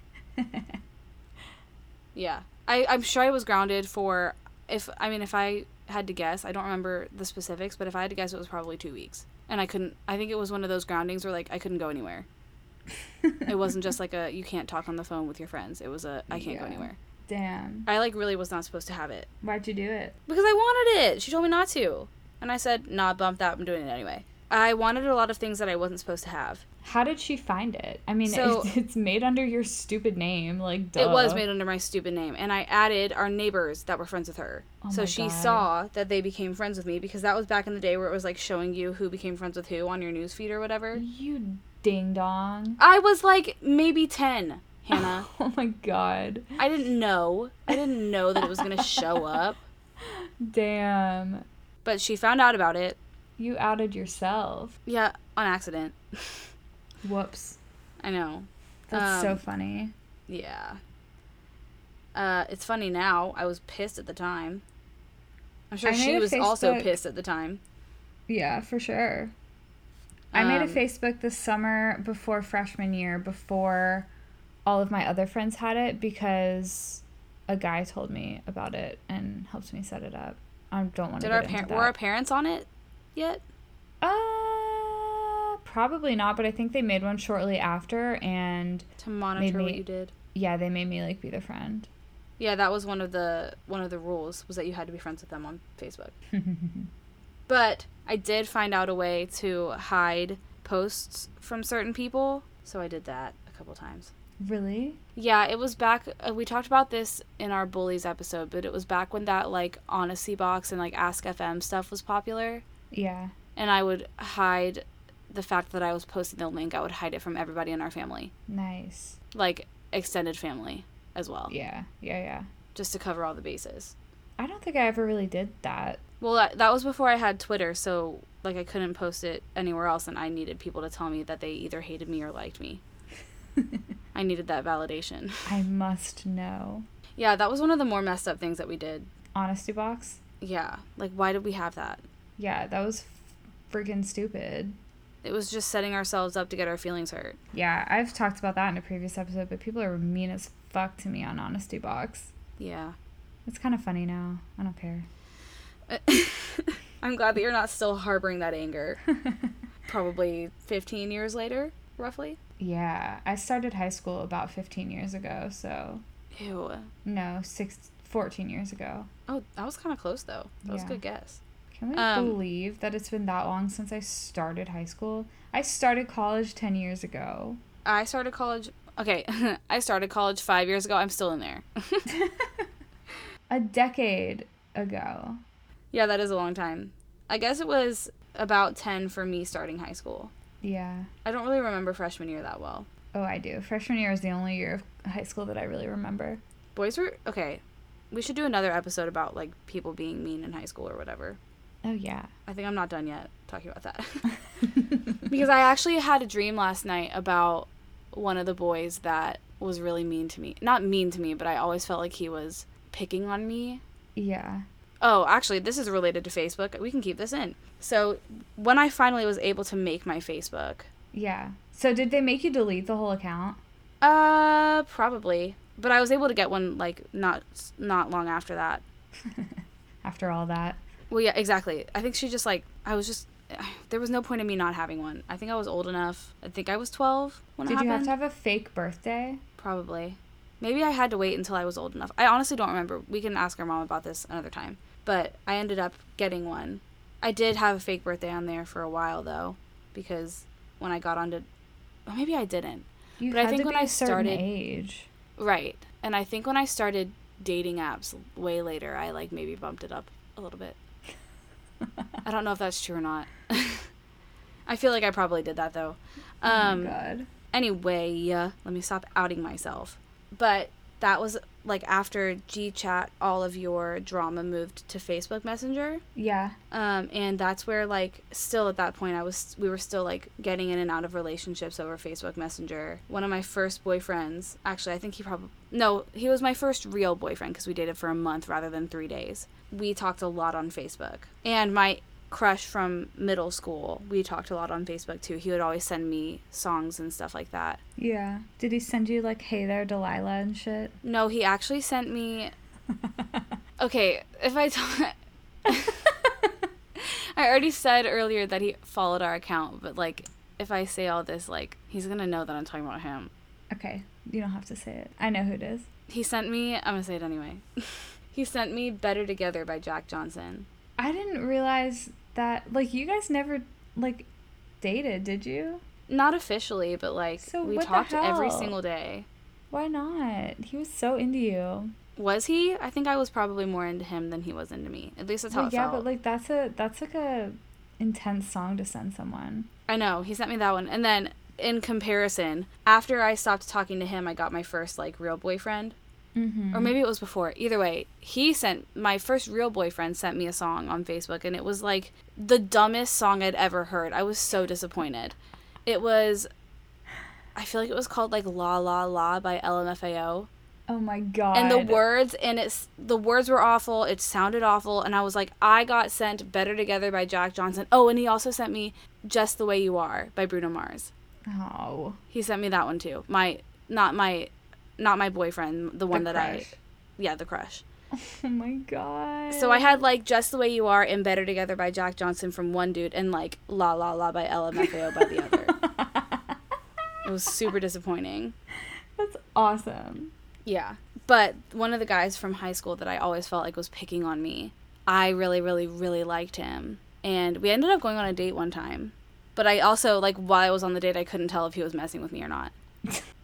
Speaker 1: Yeah. I, I'm sure I was grounded for if I mean if I had to guess, I don't remember the specifics, but if I had to guess it was probably two weeks. And I couldn't I think it was one of those groundings where like I couldn't go anywhere. it wasn't just like a you can't talk on the phone with your friends. It was a I can't go
Speaker 2: Yeah.
Speaker 1: anywhere.
Speaker 2: Damn.
Speaker 1: I like really was not supposed to have it.
Speaker 2: Why'd you do it?
Speaker 1: Because I wanted it. She told me not to. And I said, nah, bump that, I'm doing it anyway. I wanted a lot of things that I wasn't supposed to have.
Speaker 2: How did she find it? I mean,
Speaker 1: So-
Speaker 2: it's, it's made under your stupid name. Like,
Speaker 1: It was
Speaker 2: duh.
Speaker 1: made under my stupid name, and I added our neighbors that were friends with her.
Speaker 2: Oh
Speaker 1: so
Speaker 2: my
Speaker 1: she
Speaker 2: God.
Speaker 1: saw that they became friends with me because that was back in the day where it was like showing you who became friends with who on your newsfeed or whatever.
Speaker 2: You ding dong.
Speaker 1: I was like maybe 10, Hannah.
Speaker 2: Oh my god.
Speaker 1: I didn't know. I didn't know that it was going to show up,
Speaker 2: Damn.
Speaker 1: but she found out about it.
Speaker 2: You outed yourself.
Speaker 1: Yeah, on accident.
Speaker 2: Whoops.
Speaker 1: I know.
Speaker 2: That's so
Speaker 1: Um,
Speaker 2: funny.
Speaker 1: Yeah. Uh, it's funny now. I was pissed at the time. I'm sure
Speaker 2: I made
Speaker 1: she
Speaker 2: a
Speaker 1: was also
Speaker 2: Facebook-
Speaker 1: pissed at the time.
Speaker 2: Yeah, for sure. I made
Speaker 1: Um,
Speaker 2: a Facebook this summer before freshman year, before all of my other friends had it, because a guy told me about it and helped me set it up. I don't want to
Speaker 1: Did
Speaker 2: get
Speaker 1: our
Speaker 2: into
Speaker 1: parent
Speaker 2: that.
Speaker 1: were our parents on it yet?
Speaker 2: Uh, probably not, but I think they made one shortly after, and
Speaker 1: to monitor what
Speaker 2: Maybe.
Speaker 1: you did.
Speaker 2: yeah, they made me like be their friend.
Speaker 1: Yeah, that was one of the one of the rules was that you had to be friends with them on Facebook. but I did find out a way to hide posts from certain people, so I did that a couple times.
Speaker 2: Really?
Speaker 1: Yeah, it was back uh, we talked about this in our bullies episode, but it was back when that like honesty box and like ask FM stuff was popular,
Speaker 2: Yeah.
Speaker 1: and I would hide the fact that I was posting the link. I would hide it from everybody in our family,
Speaker 2: Nice.
Speaker 1: like extended family as well,
Speaker 2: Yeah. Yeah. Yeah.
Speaker 1: just to cover all the bases.
Speaker 2: I don't think I ever really did that.
Speaker 1: Well, that, that was before I had Twitter, so like I couldn't post it anywhere else, and I needed people to tell me that they either hated me or liked me. I needed that validation.
Speaker 2: I must know.
Speaker 1: Yeah, that was one of the more messed up things that we did.
Speaker 2: Honesty box?
Speaker 1: Yeah, like why did we have that?
Speaker 2: Yeah, that was freaking stupid.
Speaker 1: It was just setting ourselves up to get our feelings hurt.
Speaker 2: Yeah, I've talked about that in a previous episode, but people are mean as fuck to me on Honesty Box.
Speaker 1: Yeah.
Speaker 2: It's kind of funny now. I don't care.
Speaker 1: I'm glad that you're not still harboring that anger. Probably 15 years later, roughly.
Speaker 2: Yeah, I started high school about 15 years ago, so
Speaker 1: Ew.
Speaker 2: no, six, 14 years ago.
Speaker 1: Oh, that was kind of close though. That was a
Speaker 2: Yeah.
Speaker 1: good guess.
Speaker 2: Can we
Speaker 1: Um,
Speaker 2: believe that it's been that long since I started high school? I started college 10 years ago.
Speaker 1: I started college. Okay, I started college five years ago. I'm still in there.
Speaker 2: A decade ago.
Speaker 1: yeah, that is a long time. I guess it was about 10 for me starting high school.
Speaker 2: Yeah.
Speaker 1: I don't really remember freshman year that well.
Speaker 2: Oh, I do. Freshman year is the only year of high school that I really remember.
Speaker 1: Boys were. Okay, we should do another episode about like people being mean in high school or whatever.
Speaker 2: Oh, yeah.
Speaker 1: I think I'm not done yet talking about that. because I actually had a dream last night about one of the boys that was really mean to me. Not mean to me, but I always felt like he was picking on me.
Speaker 2: Yeah.
Speaker 1: Oh, actually, this is related to Facebook. We can keep this in. So, when I finally was able to make my Facebook,
Speaker 2: Yeah. So, did they make you delete the whole account?
Speaker 1: uh, probably, but I was able to get one like not not long after that.
Speaker 2: After all that?
Speaker 1: Well, yeah, exactly. I think she just like I was just there was no point in me not having one. I think I was old enough. I think I was 12 when
Speaker 2: Did
Speaker 1: it happened.
Speaker 2: you have to have a fake birthday?
Speaker 1: Probably. Maybe I had to wait until I was old enough. I honestly don't remember. We can ask our mom about this another time. But I ended up getting one. I did have a fake birthday on there for a while though, because when I got onto, or maybe I didn't.
Speaker 2: You
Speaker 1: But I
Speaker 2: had
Speaker 1: think
Speaker 2: to
Speaker 1: when
Speaker 2: be
Speaker 1: I
Speaker 2: a certain
Speaker 1: started-
Speaker 2: age.
Speaker 1: Right. And I think when I started dating apps way later, I like maybe bumped it up a little bit. I don't know if that's true or not. I feel like I probably did that though. Um,
Speaker 2: oh, my God.
Speaker 1: Anyway, uh, let me stop outing myself. But that was like after GChat, all of your drama moved to Facebook Messenger,
Speaker 2: Yeah.
Speaker 1: um, and that's where like still at that point I was we were still like getting in and out of relationships over Facebook Messenger. One of my first boyfriends, actually, I think he probably no, he was my first real boyfriend because we dated for a month rather than three days. We talked a lot on Facebook, and my crush from middle school, we talked a lot on Facebook too. He would always send me songs and stuff like that.
Speaker 2: Yeah. Did he send you, like, hey there, Delilah and shit?
Speaker 1: No, he actually sent me. Okay, if I tell. I already said earlier that he followed our account, but like, if I say all this, like, he's gonna know that I'm talking about him.
Speaker 2: Okay. You don't have to say it. I know who it is.
Speaker 1: He sent me. I'm gonna say it anyway. he sent me "Better Together" by Jack Johnson.
Speaker 2: I didn't realize that like you guys never like dated, did you?
Speaker 1: Not officially, but like,
Speaker 2: So
Speaker 1: we
Speaker 2: what the
Speaker 1: talked every
Speaker 2: hell?
Speaker 1: single day.
Speaker 2: Why not? He was so into you.
Speaker 1: Was he? I think I was probably more into him than he was into me. At least that's how
Speaker 2: Well,
Speaker 1: it
Speaker 2: yeah,
Speaker 1: felt.
Speaker 2: but like that's a that's like a intense song to send someone.
Speaker 1: I know. He sent me that one. And then in comparison, after I stopped talking to him, I got my first like real boyfriend.
Speaker 2: Mm-hmm.
Speaker 1: Or maybe it was before. Either way, he sent my first real boyfriend sent me a song on Facebook and it was like the dumbest song I'd ever heard. I was so disappointed. It was I feel like it was called like La La La by LMFAO.
Speaker 2: Oh my god.
Speaker 1: And the words and it's the words were awful. It sounded awful and I was like I got sent Better Together by Jack Johnson. Oh, and he also sent me Just the Way You Are by Bruno Mars.
Speaker 2: Oh.
Speaker 1: He sent me that one too. My not my not my boyfriend, the one
Speaker 2: The
Speaker 1: that I
Speaker 2: crush.
Speaker 1: yeah, the crush.
Speaker 2: Oh my god.
Speaker 1: So I had like Just the Way You Are and Better Together by Jack Johnson from one dude and like La La La by LMFAO by the other. It was super disappointing.
Speaker 2: That's awesome.
Speaker 1: Yeah. But one of the guys from high school that I always felt like was picking on me, I really, really, really liked him. And we ended up going on a date one time. But I also, like, while I was on the date, I couldn't tell if he was messing with me or not.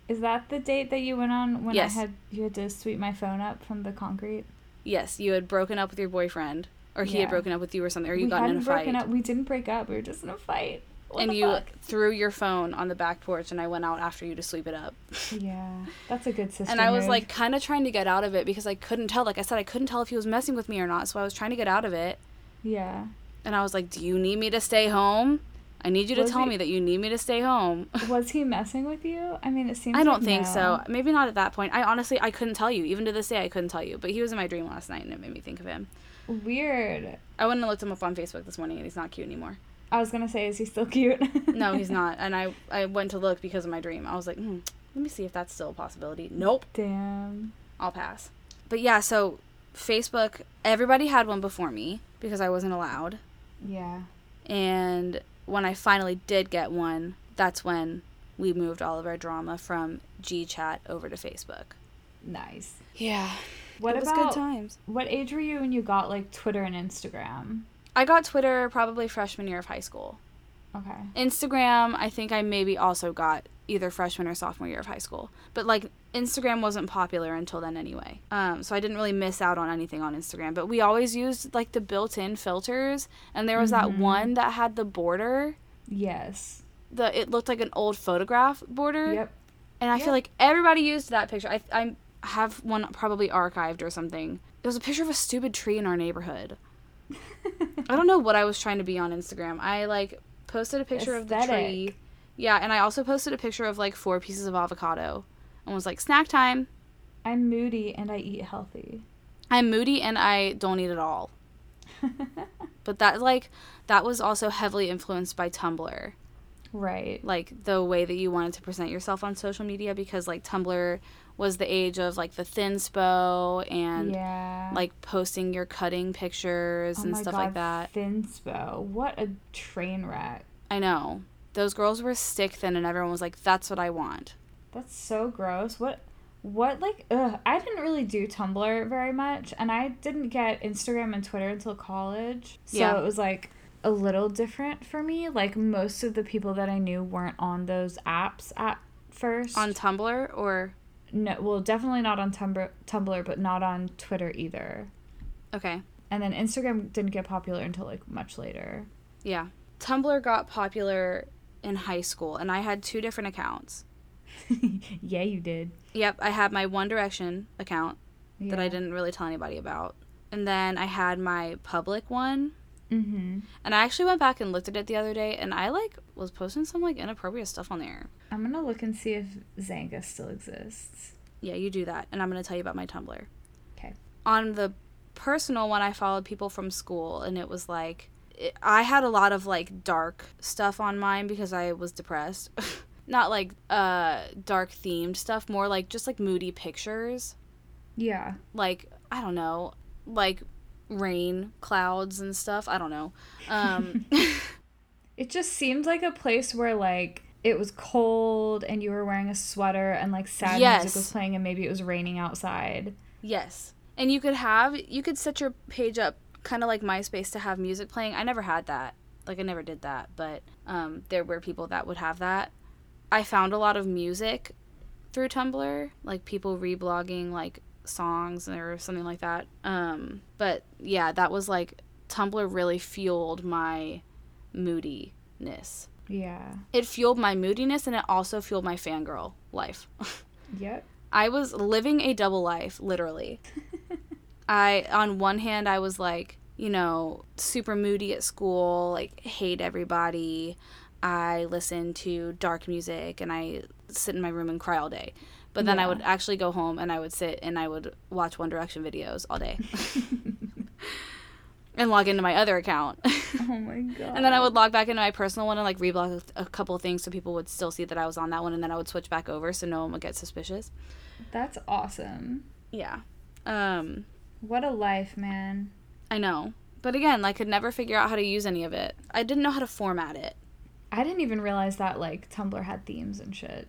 Speaker 2: Is that the date that you went on when
Speaker 1: Yes.
Speaker 2: I had you had to sweep my phone up from the concrete?
Speaker 1: Yes, you had broken up with your boyfriend, or he had
Speaker 2: Yeah.
Speaker 1: broken up with you or something, or you
Speaker 2: we
Speaker 1: got in
Speaker 2: hadn't
Speaker 1: a fight.
Speaker 2: broken up. We didn't break up. We were just in a fight. What
Speaker 1: and
Speaker 2: the
Speaker 1: you
Speaker 2: fuck?
Speaker 1: threw your phone on the back porch, and I went out after you to sweep it up.
Speaker 2: Yeah, that's a good sister.
Speaker 1: and I was
Speaker 2: move.
Speaker 1: like, kind of trying to get out of it because I couldn't tell. Like I said, I couldn't tell if he was messing with me or not. So I was trying to get out of it.
Speaker 2: yeah.
Speaker 1: And I was like, Do you need me to stay home? I need you to
Speaker 2: Was
Speaker 1: tell
Speaker 2: he-
Speaker 1: me that you need me to stay home.
Speaker 2: Was he messing with you? I mean, it seems.
Speaker 1: I don't
Speaker 2: like
Speaker 1: think
Speaker 2: no.
Speaker 1: so. Maybe not at that point. I honestly, I couldn't tell you. Even to this day, I couldn't tell you. But he was in my dream last night, and it made me think of him.
Speaker 2: Weird.
Speaker 1: I went and looked him up on Facebook this morning, and he's not cute anymore.
Speaker 2: I was gonna say, is he still cute?
Speaker 1: No, he's not. And I, I went to look because of my dream. I was like, hmm, let me see if that's still a possibility. Nope,
Speaker 2: Damn.
Speaker 1: I'll pass. But yeah, so Facebook, everybody had one before me because I wasn't allowed.
Speaker 2: Yeah.
Speaker 1: And when I finally did get one, that's when we moved all of our drama from GChat over to Facebook.
Speaker 2: Nice.
Speaker 1: Yeah.
Speaker 2: What
Speaker 1: it was
Speaker 2: about
Speaker 1: good times.
Speaker 2: what age were you when you got like Twitter and Instagram?
Speaker 1: I got Twitter probably freshman year of high school.
Speaker 2: Okay.
Speaker 1: Instagram, I think I maybe also got either freshman or sophomore year of high school. But like Instagram wasn't popular until then anyway. Um, so I didn't really miss out on anything on Instagram. But we always used like the built in filters. And there was
Speaker 2: Mm-hmm.
Speaker 1: that one that had the border.
Speaker 2: Yes.
Speaker 1: The, it looked like an old photograph border.
Speaker 2: Yep.
Speaker 1: And I
Speaker 2: Yeah.
Speaker 1: feel like everybody used that picture. I, I have one probably archived or something. It was a picture of a stupid tree in our neighborhood. I don't know what I was trying to be on Instagram. I like posted a picture of the
Speaker 2: Aesthetic.
Speaker 1: tree. Yeah, and I also posted a picture of like four pieces of avocado and was like, snack time.
Speaker 2: I'm moody and I eat healthy.
Speaker 1: I'm moody and I don't eat at all. But that like that was also heavily influenced by Tumblr.
Speaker 2: right.
Speaker 1: like the way that you wanted to present yourself on social media because like Tumblr was the age of like the thin spo and
Speaker 2: yeah.
Speaker 1: like posting your cutting pictures
Speaker 2: Oh
Speaker 1: and
Speaker 2: my
Speaker 1: stuff
Speaker 2: God,
Speaker 1: like that.
Speaker 2: Finspo. What a train wreck.
Speaker 1: I know. Those girls were stick thin and everyone was like that's what I want.
Speaker 2: That's so gross. What what like ugh, I didn't really do Tumblr very much and I didn't get Instagram and Twitter until college. So
Speaker 1: Yeah.
Speaker 2: it was like a little different for me. Like most of the people that I knew weren't on those apps at first.
Speaker 1: On Tumblr or
Speaker 2: no, well, definitely not on Tumblr, Tumblr, but not on Twitter either.
Speaker 1: okay.
Speaker 2: And then Instagram didn't get popular until like much later.
Speaker 1: Yeah. Tumblr got popular in high school and I had two different accounts.
Speaker 2: yeah, you did.
Speaker 1: Yep, I had my One Direction account that I
Speaker 2: Yeah.
Speaker 1: didn't really tell anybody about. And then I had my public one
Speaker 2: Mhm.
Speaker 1: And I actually went back and looked at it the other day, and I like was posting some like inappropriate stuff on there.
Speaker 2: I'm going to look and see if Zanga still exists.
Speaker 1: Yeah, you do that, and I'm gonna tell you about my Tumblr.
Speaker 2: 'Kay.
Speaker 1: On the personal one, I followed people from school, and it was like it, I had a lot of like dark stuff on mine because I was depressed. Not like uh dark themed stuff, more like just like moody pictures.
Speaker 2: Yeah.
Speaker 1: like I don't know, like rain clouds and stuff. I don't know. Um,
Speaker 2: It just seemed like a place where like it was cold and you were wearing a sweater and like sad
Speaker 1: Yes.
Speaker 2: music was playing and maybe it was raining outside.
Speaker 1: Yes. And you could have you could set your page up kind of like MySpace to have music playing. I never had that. Like I never did that, but um, there were people that would have that. I found a lot of music through Tumblr, like people reblogging like songs or something like that. Um, but yeah, that was like Tumblr really fueled my moodiness.
Speaker 2: Yeah.
Speaker 1: It fueled my moodiness and it also fueled my fangirl life.
Speaker 2: Yep.
Speaker 1: I was living a double life, literally. I, on one hand, I was like, you know, super moody at school, like, hate everybody. I listen to dark music and I sit in my room and cry all day. But then I
Speaker 2: Yeah.
Speaker 1: would actually go home and I would sit and I would watch One Direction videos all day and log into my other account.
Speaker 2: Oh my god.
Speaker 1: And then I would log back into my personal one and like reblog a couple of things so people would still see that I was on that one. And then I would switch back over so no one would get suspicious.
Speaker 2: That's awesome.
Speaker 1: Yeah. Um,
Speaker 2: What a life, man.
Speaker 1: I know. But again, I could never figure out how to use any of it. I didn't know how to format it.
Speaker 2: I didn't even realize that like Tumblr had themes and shit.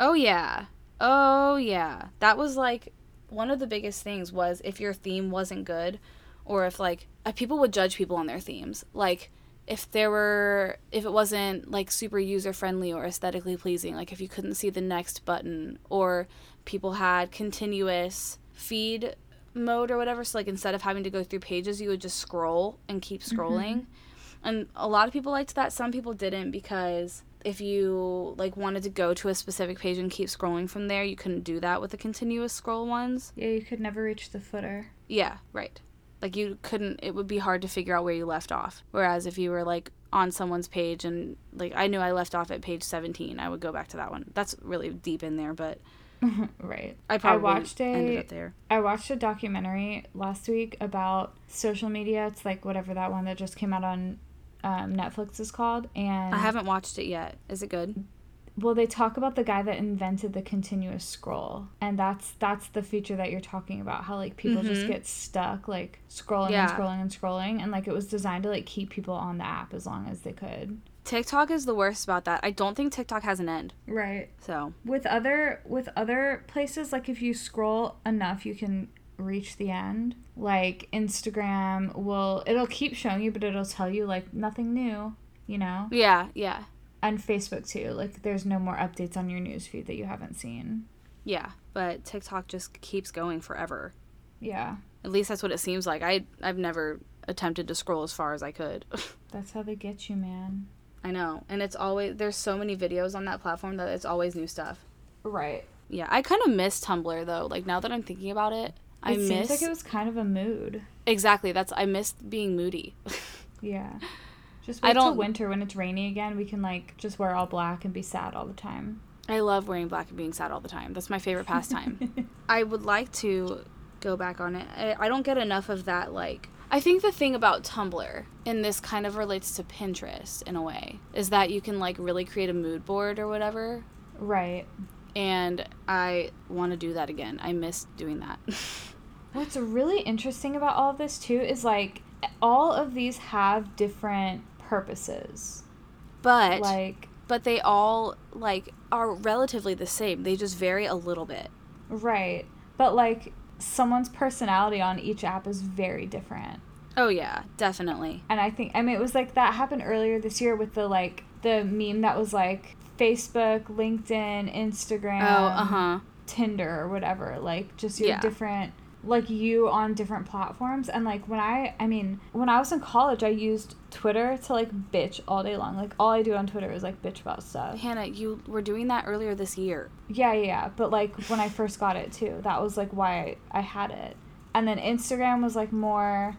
Speaker 1: Oh yeah. Oh yeah. That was like one of the biggest things was if your theme wasn't good or if like uh, people would judge people on their themes. Like if there were if it wasn't like super user friendly or aesthetically pleasing, like if you couldn't see the next button or people had continuous feed mode or whatever, so like instead of having to go through pages, you would just scroll and keep scrolling and a lot of people liked that some people didn't because if you like wanted to go to a specific page and keep scrolling from there you couldn't do that with the continuous scroll ones
Speaker 2: Yeah, you could never reach the footer.
Speaker 1: yeah right like you couldn't it would be hard to figure out where you left off whereas if you were like on someone's page and like i knew i left off at page 17 i would go back to that one that's really deep in there but
Speaker 2: right.
Speaker 1: i probably
Speaker 2: watched
Speaker 1: ended
Speaker 2: a-
Speaker 1: up there
Speaker 2: I watched a documentary last week about social media. It's like whatever that one that just came out on um, Netflix is called, and
Speaker 1: I haven't watched it yet. Is it good?
Speaker 2: well, they talk about the guy that invented the continuous scroll, and that's that's the feature that you're talking about. How like people just get stuck like scrolling
Speaker 1: Yeah.
Speaker 2: and scrolling and scrolling, and like it was designed to like keep people on the app as long as they could.
Speaker 1: TikTok is the worst about that. I don't think TikTok has an end.
Speaker 2: Right.
Speaker 1: So
Speaker 2: With other with other places, like if you scroll enough, you can reach the end. Like Instagram will it'll keep showing you, but it'll tell you like nothing new. You know,
Speaker 1: yeah, yeah,
Speaker 2: and Facebook too. Like there's no more updates on your newsfeed that you haven't seen.
Speaker 1: yeah. But TikTok just keeps going forever.
Speaker 2: Yeah.
Speaker 1: At least that's what it seems like. I I've never attempted to scroll as far as I could.
Speaker 2: That's how they get you, man.
Speaker 1: I know, and it's always there's so many videos on that platform that it's always new stuff.
Speaker 2: Right.
Speaker 1: Yeah, I kind of miss Tumblr though. Like now that I'm thinking about it, I
Speaker 2: it
Speaker 1: miss
Speaker 2: seems like it was kind of a mood.
Speaker 1: exactly. That's I missed being moody.
Speaker 2: Yeah. Just
Speaker 1: I
Speaker 2: wait till
Speaker 1: don't-
Speaker 2: winter when it's rainy again. We can like just wear all black and be sad all the time.
Speaker 1: I love wearing black and being sad all the time. That's my favorite pastime. I would like to go back on it. I, I don't get enough of that. Like, I think the thing about Tumblr, and this kind of relates to Pinterest in a way, is that you can like really create a mood board or whatever.
Speaker 2: Right.
Speaker 1: And I want to do that again. I miss doing that.
Speaker 2: What's really interesting about all of this too is like all of these have different purposes.
Speaker 1: but
Speaker 2: Like
Speaker 1: but they all like are relatively the same. They just vary a little bit.
Speaker 2: right. But like someone's personality on each app is very different.
Speaker 1: Oh yeah, definitely.
Speaker 2: And I think I mean it was like that happened earlier this year with the like the meme that was like Facebook, LinkedIn, Instagram,
Speaker 1: Oh, uh-huh.
Speaker 2: Tinder or whatever. Like just your
Speaker 1: Yeah.
Speaker 2: different like you on different platforms and like when I I mean when I was in college I used Twitter to like bitch all day long. Like all I do on Twitter is like bitch about stuff.
Speaker 1: Hannah, you were doing that earlier this year.
Speaker 2: Yeah, yeah, yeah. But like when I first got it too, that was like why I had it. And then Instagram was like more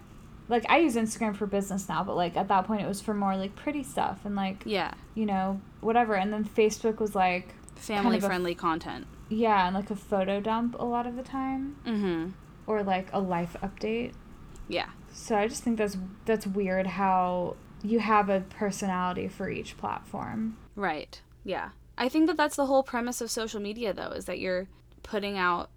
Speaker 2: like I use Instagram for business now, but like at that point it was for more like pretty stuff and like
Speaker 1: Yeah.
Speaker 2: you know, whatever. And then Facebook was like
Speaker 1: family
Speaker 2: of a-
Speaker 1: friendly content.
Speaker 2: yeah, and like a photo dump a lot of the time
Speaker 1: Mm-hmm.
Speaker 2: or like a life update.
Speaker 1: Yeah.
Speaker 2: So I just think that's that's weird how you have a personality for each platform.
Speaker 1: Right. Yeah. I think that that's the whole premise of social media, though, is that you're putting out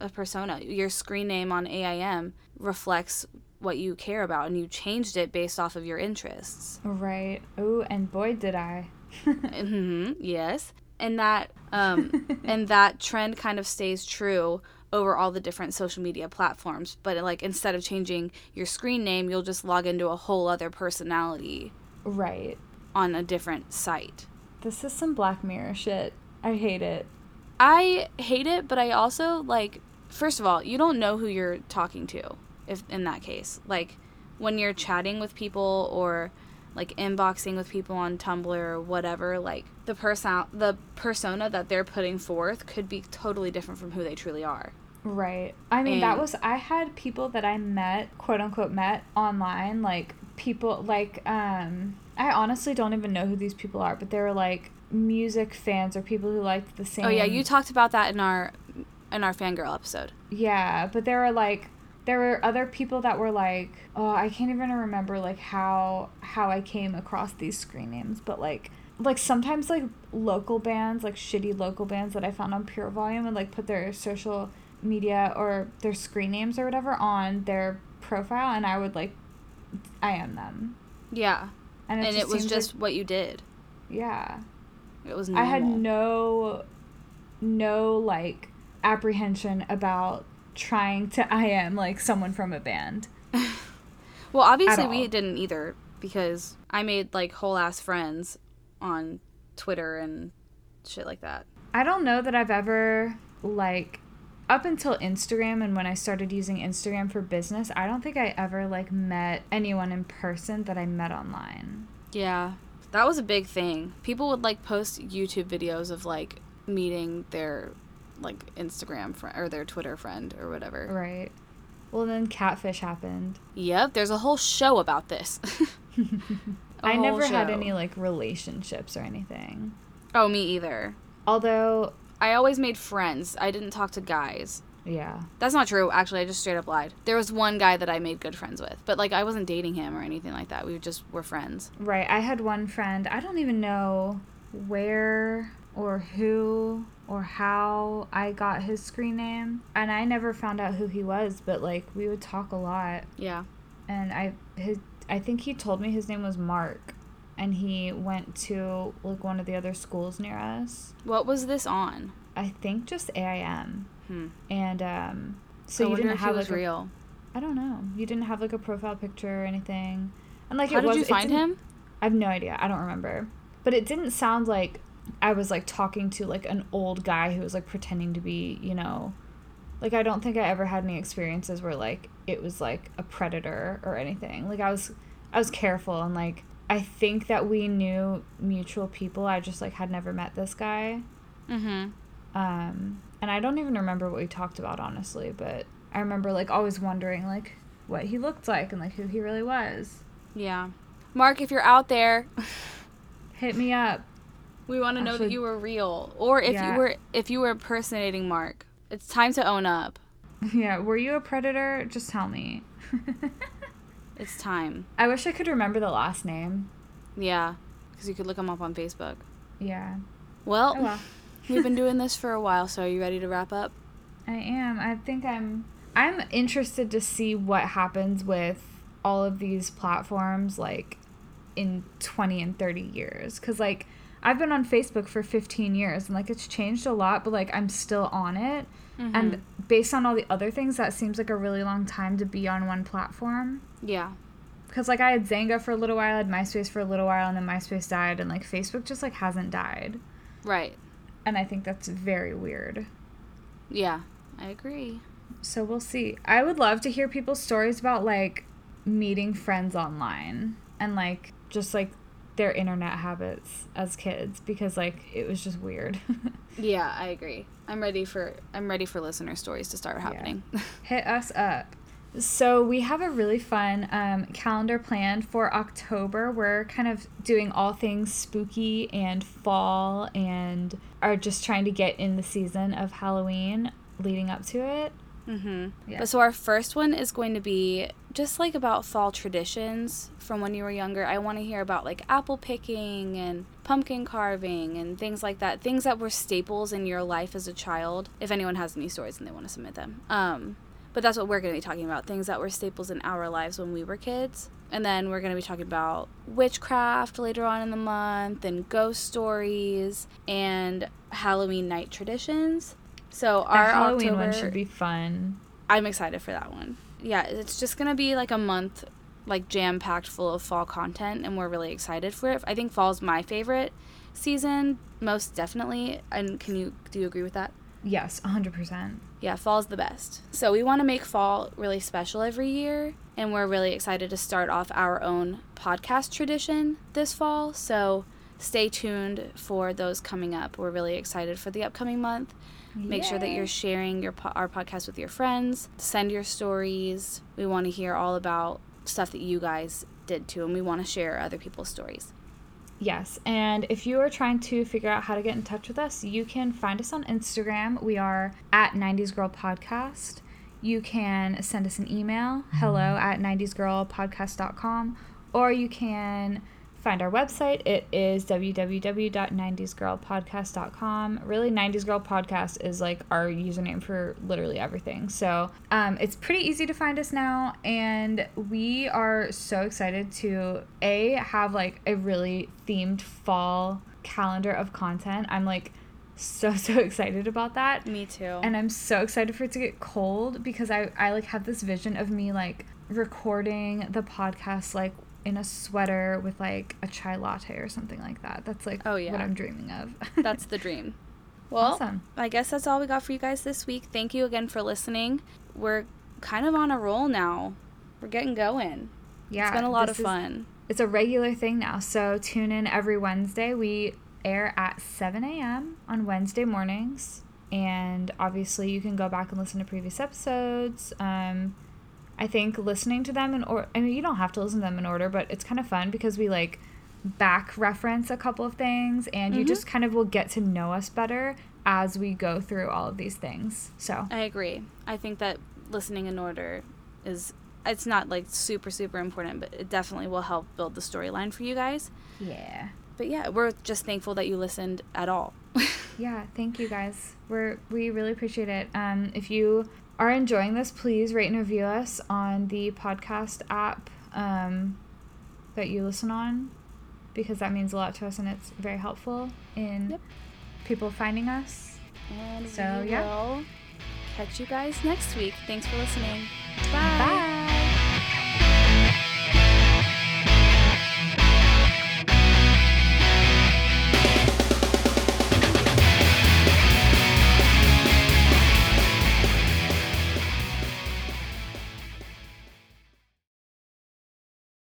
Speaker 1: a persona. Your screen name on AIM reflects what you care about, and you changed it based off of your interests.
Speaker 2: Right. Oh, and boy did I.
Speaker 1: hmm Yes. And that um, and that trend kind of stays true over all the different social media platforms. But like instead of changing your screen name, you'll just log into a whole other personality
Speaker 2: right.
Speaker 1: on a different site.
Speaker 2: This is some Black Mirror shit. I hate it.
Speaker 1: I hate it, but I also like. First of all, you don't know who you're talking to, if in that case, like when you're chatting with people or like inboxing with people on Tumblr or whatever, like the person, the persona that they're putting forth could be totally different from who they truly are.
Speaker 2: Right. I mean, that
Speaker 1: And-
Speaker 2: was I had people that I met, quote unquote, met online, like people like um I honestly don't even know who these people are, but they were like music fans or people who liked the same
Speaker 1: Oh yeah, you talked about that in our in our fangirl episode.
Speaker 2: Yeah, but there were like there were other people that were like, oh, I can't even remember like how how I came across these screen names, but like like sometimes like local bands, like shitty local bands that I found on Pure Volume would like put their social media or their screen names or whatever on their profile and I would like I am them.
Speaker 1: Yeah,
Speaker 2: And it,
Speaker 1: and
Speaker 2: just
Speaker 1: it was
Speaker 2: seems
Speaker 1: just what you did.
Speaker 2: like, yeah.
Speaker 1: It was
Speaker 2: I
Speaker 1: normal.
Speaker 2: had no no like apprehension about trying to I am like someone from a band.
Speaker 1: Well, obviously
Speaker 2: all.
Speaker 1: we didn't either because I made like whole ass friends on Twitter and shit like that.
Speaker 2: I don't know that I've ever like up until Instagram and when I started using Instagram for business, I don't think I ever like met anyone in person that I met online.
Speaker 1: Yeah. That was a big thing. People would like post YouTube videos of like meeting their like Instagram friend or their Twitter friend or whatever.
Speaker 2: Right. Well, then catfish happened.
Speaker 1: Yep, there's a whole show about this. A
Speaker 2: I
Speaker 1: whole
Speaker 2: never had
Speaker 1: show.
Speaker 2: any like relationships or anything.
Speaker 1: Oh, me either.
Speaker 2: Although
Speaker 1: I always made friends. I didn't talk to guys.
Speaker 2: Yeah.
Speaker 1: That's not true. Actually, I just straight up lied. There was one guy that I made good friends with, but like I wasn't dating him or anything like that. We just were friends.
Speaker 2: Right. I had one friend, I don't even know where or who or how I got his screen name. And I never found out who he was, but like we would talk a lot.
Speaker 1: Yeah.
Speaker 2: And I his I think he told me his name was Mark and he went to like one of the other schools near us.
Speaker 1: What was this on?
Speaker 2: I think just AIM.
Speaker 1: Hmm.
Speaker 2: And um
Speaker 1: So I
Speaker 2: so you
Speaker 1: wonder
Speaker 2: didn't
Speaker 1: if he
Speaker 2: have
Speaker 1: was
Speaker 2: like a,
Speaker 1: real.
Speaker 2: I don't know. You didn't have like a profile picture or anything. And like
Speaker 1: How
Speaker 2: it
Speaker 1: did
Speaker 2: was
Speaker 1: you
Speaker 2: it
Speaker 1: find
Speaker 2: didn't-
Speaker 1: him?
Speaker 2: I have no idea. I don't remember. But it didn't sound like I was like talking to like an old guy who was like pretending to be, you know, like I don't think I ever had any experiences where like it was like a predator or anything. Like I was I was careful and like I think that we knew mutual people. I just like had never met this guy.
Speaker 1: Mm-hmm.
Speaker 2: Um and I don't even remember what we talked about honestly, but I remember like always wondering like what he looked like and like who he really was.
Speaker 1: Yeah. Mark, if you're out there,
Speaker 2: Hit me up.
Speaker 1: we want to know that
Speaker 2: Actually-
Speaker 1: you were real, or if
Speaker 2: Yeah.
Speaker 1: you were if you were impersonating Mark. It's time to own up.
Speaker 2: Yeah, were you a predator? Just tell me.
Speaker 1: It's time.
Speaker 2: I wish I could remember the last name.
Speaker 1: Yeah, because you could look him up on Facebook.
Speaker 2: Yeah.
Speaker 1: Well,
Speaker 2: Oh well.
Speaker 1: we've been doing this for a while, so are you ready to wrap up?
Speaker 2: I am. I think I'm I'm interested to see what happens with all of these platforms like in 20 and 30 years cuz like I've been on Facebook for 15 years and like it's changed a lot, but like I'm still on it.
Speaker 1: Mm-hmm.
Speaker 2: And based on all the other things, that seems like a really long time to be on one platform.
Speaker 1: Yeah.
Speaker 2: because like I had Zanga for a little while, I had MySpace for a little while, and then MySpace died, and like Facebook just like hasn't died,
Speaker 1: Right.
Speaker 2: and I think that's very weird.
Speaker 1: Yeah. I agree.
Speaker 2: So we'll see. I would love to hear people's stories about like meeting friends online and like just like their internet habits as kids because like it was just weird.
Speaker 1: Yeah, I agree. I'm ready for I'm ready for listener stories to start happening.
Speaker 2: Hit us up. So we have a really fun um, calendar planned for October. We're kind of doing all things spooky and fall, and are just trying to get in the season of Halloween leading up to it.
Speaker 1: hmm
Speaker 2: Yeah.
Speaker 1: But so our first one is going to be just like about fall traditions from when you were younger. I want to hear about like apple picking and pumpkin carving and things like that. Things that were staples in your life as a child. If anyone has any stories and they want to submit them. Um but that's what we're going to be talking about. Things that were staples in our lives when we were kids. And then we're going to be talking about witchcraft later on in the month and ghost stories and Halloween night traditions. So
Speaker 2: Our
Speaker 1: our
Speaker 2: Halloween one
Speaker 1: October-
Speaker 2: should be fun.
Speaker 1: I'm excited for that one. Yeah, it's just gonna be like a month, like jam packed full of fall content, and we're really excited for it. I think fall's my favorite season, most definitely. And can you do you agree with that?
Speaker 2: Yes, hundred percent.
Speaker 1: Yeah, fall's the best. So we want to make fall really special every year, and we're really excited to start off our own podcast tradition this fall. So stay tuned for those coming up. We're really excited for the upcoming month. Make sure that you're sharing your po- our podcast with your friends. Send your stories. We want to hear all about stuff that you guys did too, and we want to share other people's stories.
Speaker 2: Yes, and if you are trying to figure out how to get in touch with us, you can find us on Instagram. We are at 90s Girl Podcast. You can send us an email, hello at 90sgirlpodcast.com, or you can find our website. It is www.90sgirlpodcast.com. Really, 90s Girl Podcast is like our username for literally everything. So um, it's pretty easy to find us now. And we are so excited to A, have like a really themed fall calendar of content. I'm like so, so excited about that
Speaker 1: Me too.
Speaker 2: and I'm so excited for it to get cold because I I like have this vision of me like recording the podcast like in a sweater with like a chai latte or something like that. That's like
Speaker 1: Oh, yeah.
Speaker 2: what I'm dreaming of.
Speaker 1: that's the dream. Well,
Speaker 2: Awesome.
Speaker 1: I guess that's all we got for you guys this week. Thank you again for listening. We're kind of on a roll now. We're getting going.
Speaker 2: yeah.
Speaker 1: It's been a lot
Speaker 2: this
Speaker 1: of
Speaker 2: is-
Speaker 1: fun.
Speaker 2: it's a regular thing now. So tune in every Wednesday. We air at 7 a.m. on Wednesday mornings. And obviously, you can go back and listen to previous episodes. Um, I think listening to them in order, I mean, you don't have to listen to them in order, but it's kind of fun because we like back reference a couple of things and you just kind of will get to know us better as we go through all of these things. So,
Speaker 1: I agree. I think that listening in order is it's not like super super important, but it definitely will help build the storyline for you guys.
Speaker 2: yeah.
Speaker 1: But yeah, we're just thankful that you listened at all.
Speaker 2: Yeah, thank you guys. We're we really appreciate it. Um, if you are enjoying this, please rate and review us on the podcast app um, that you listen on, because that means a lot to us and it's very helpful in
Speaker 1: Yep.
Speaker 2: people finding us.
Speaker 1: and
Speaker 2: So,
Speaker 1: we
Speaker 2: yeah.
Speaker 1: will catch you guys next week. Thanks for listening.
Speaker 2: Bye.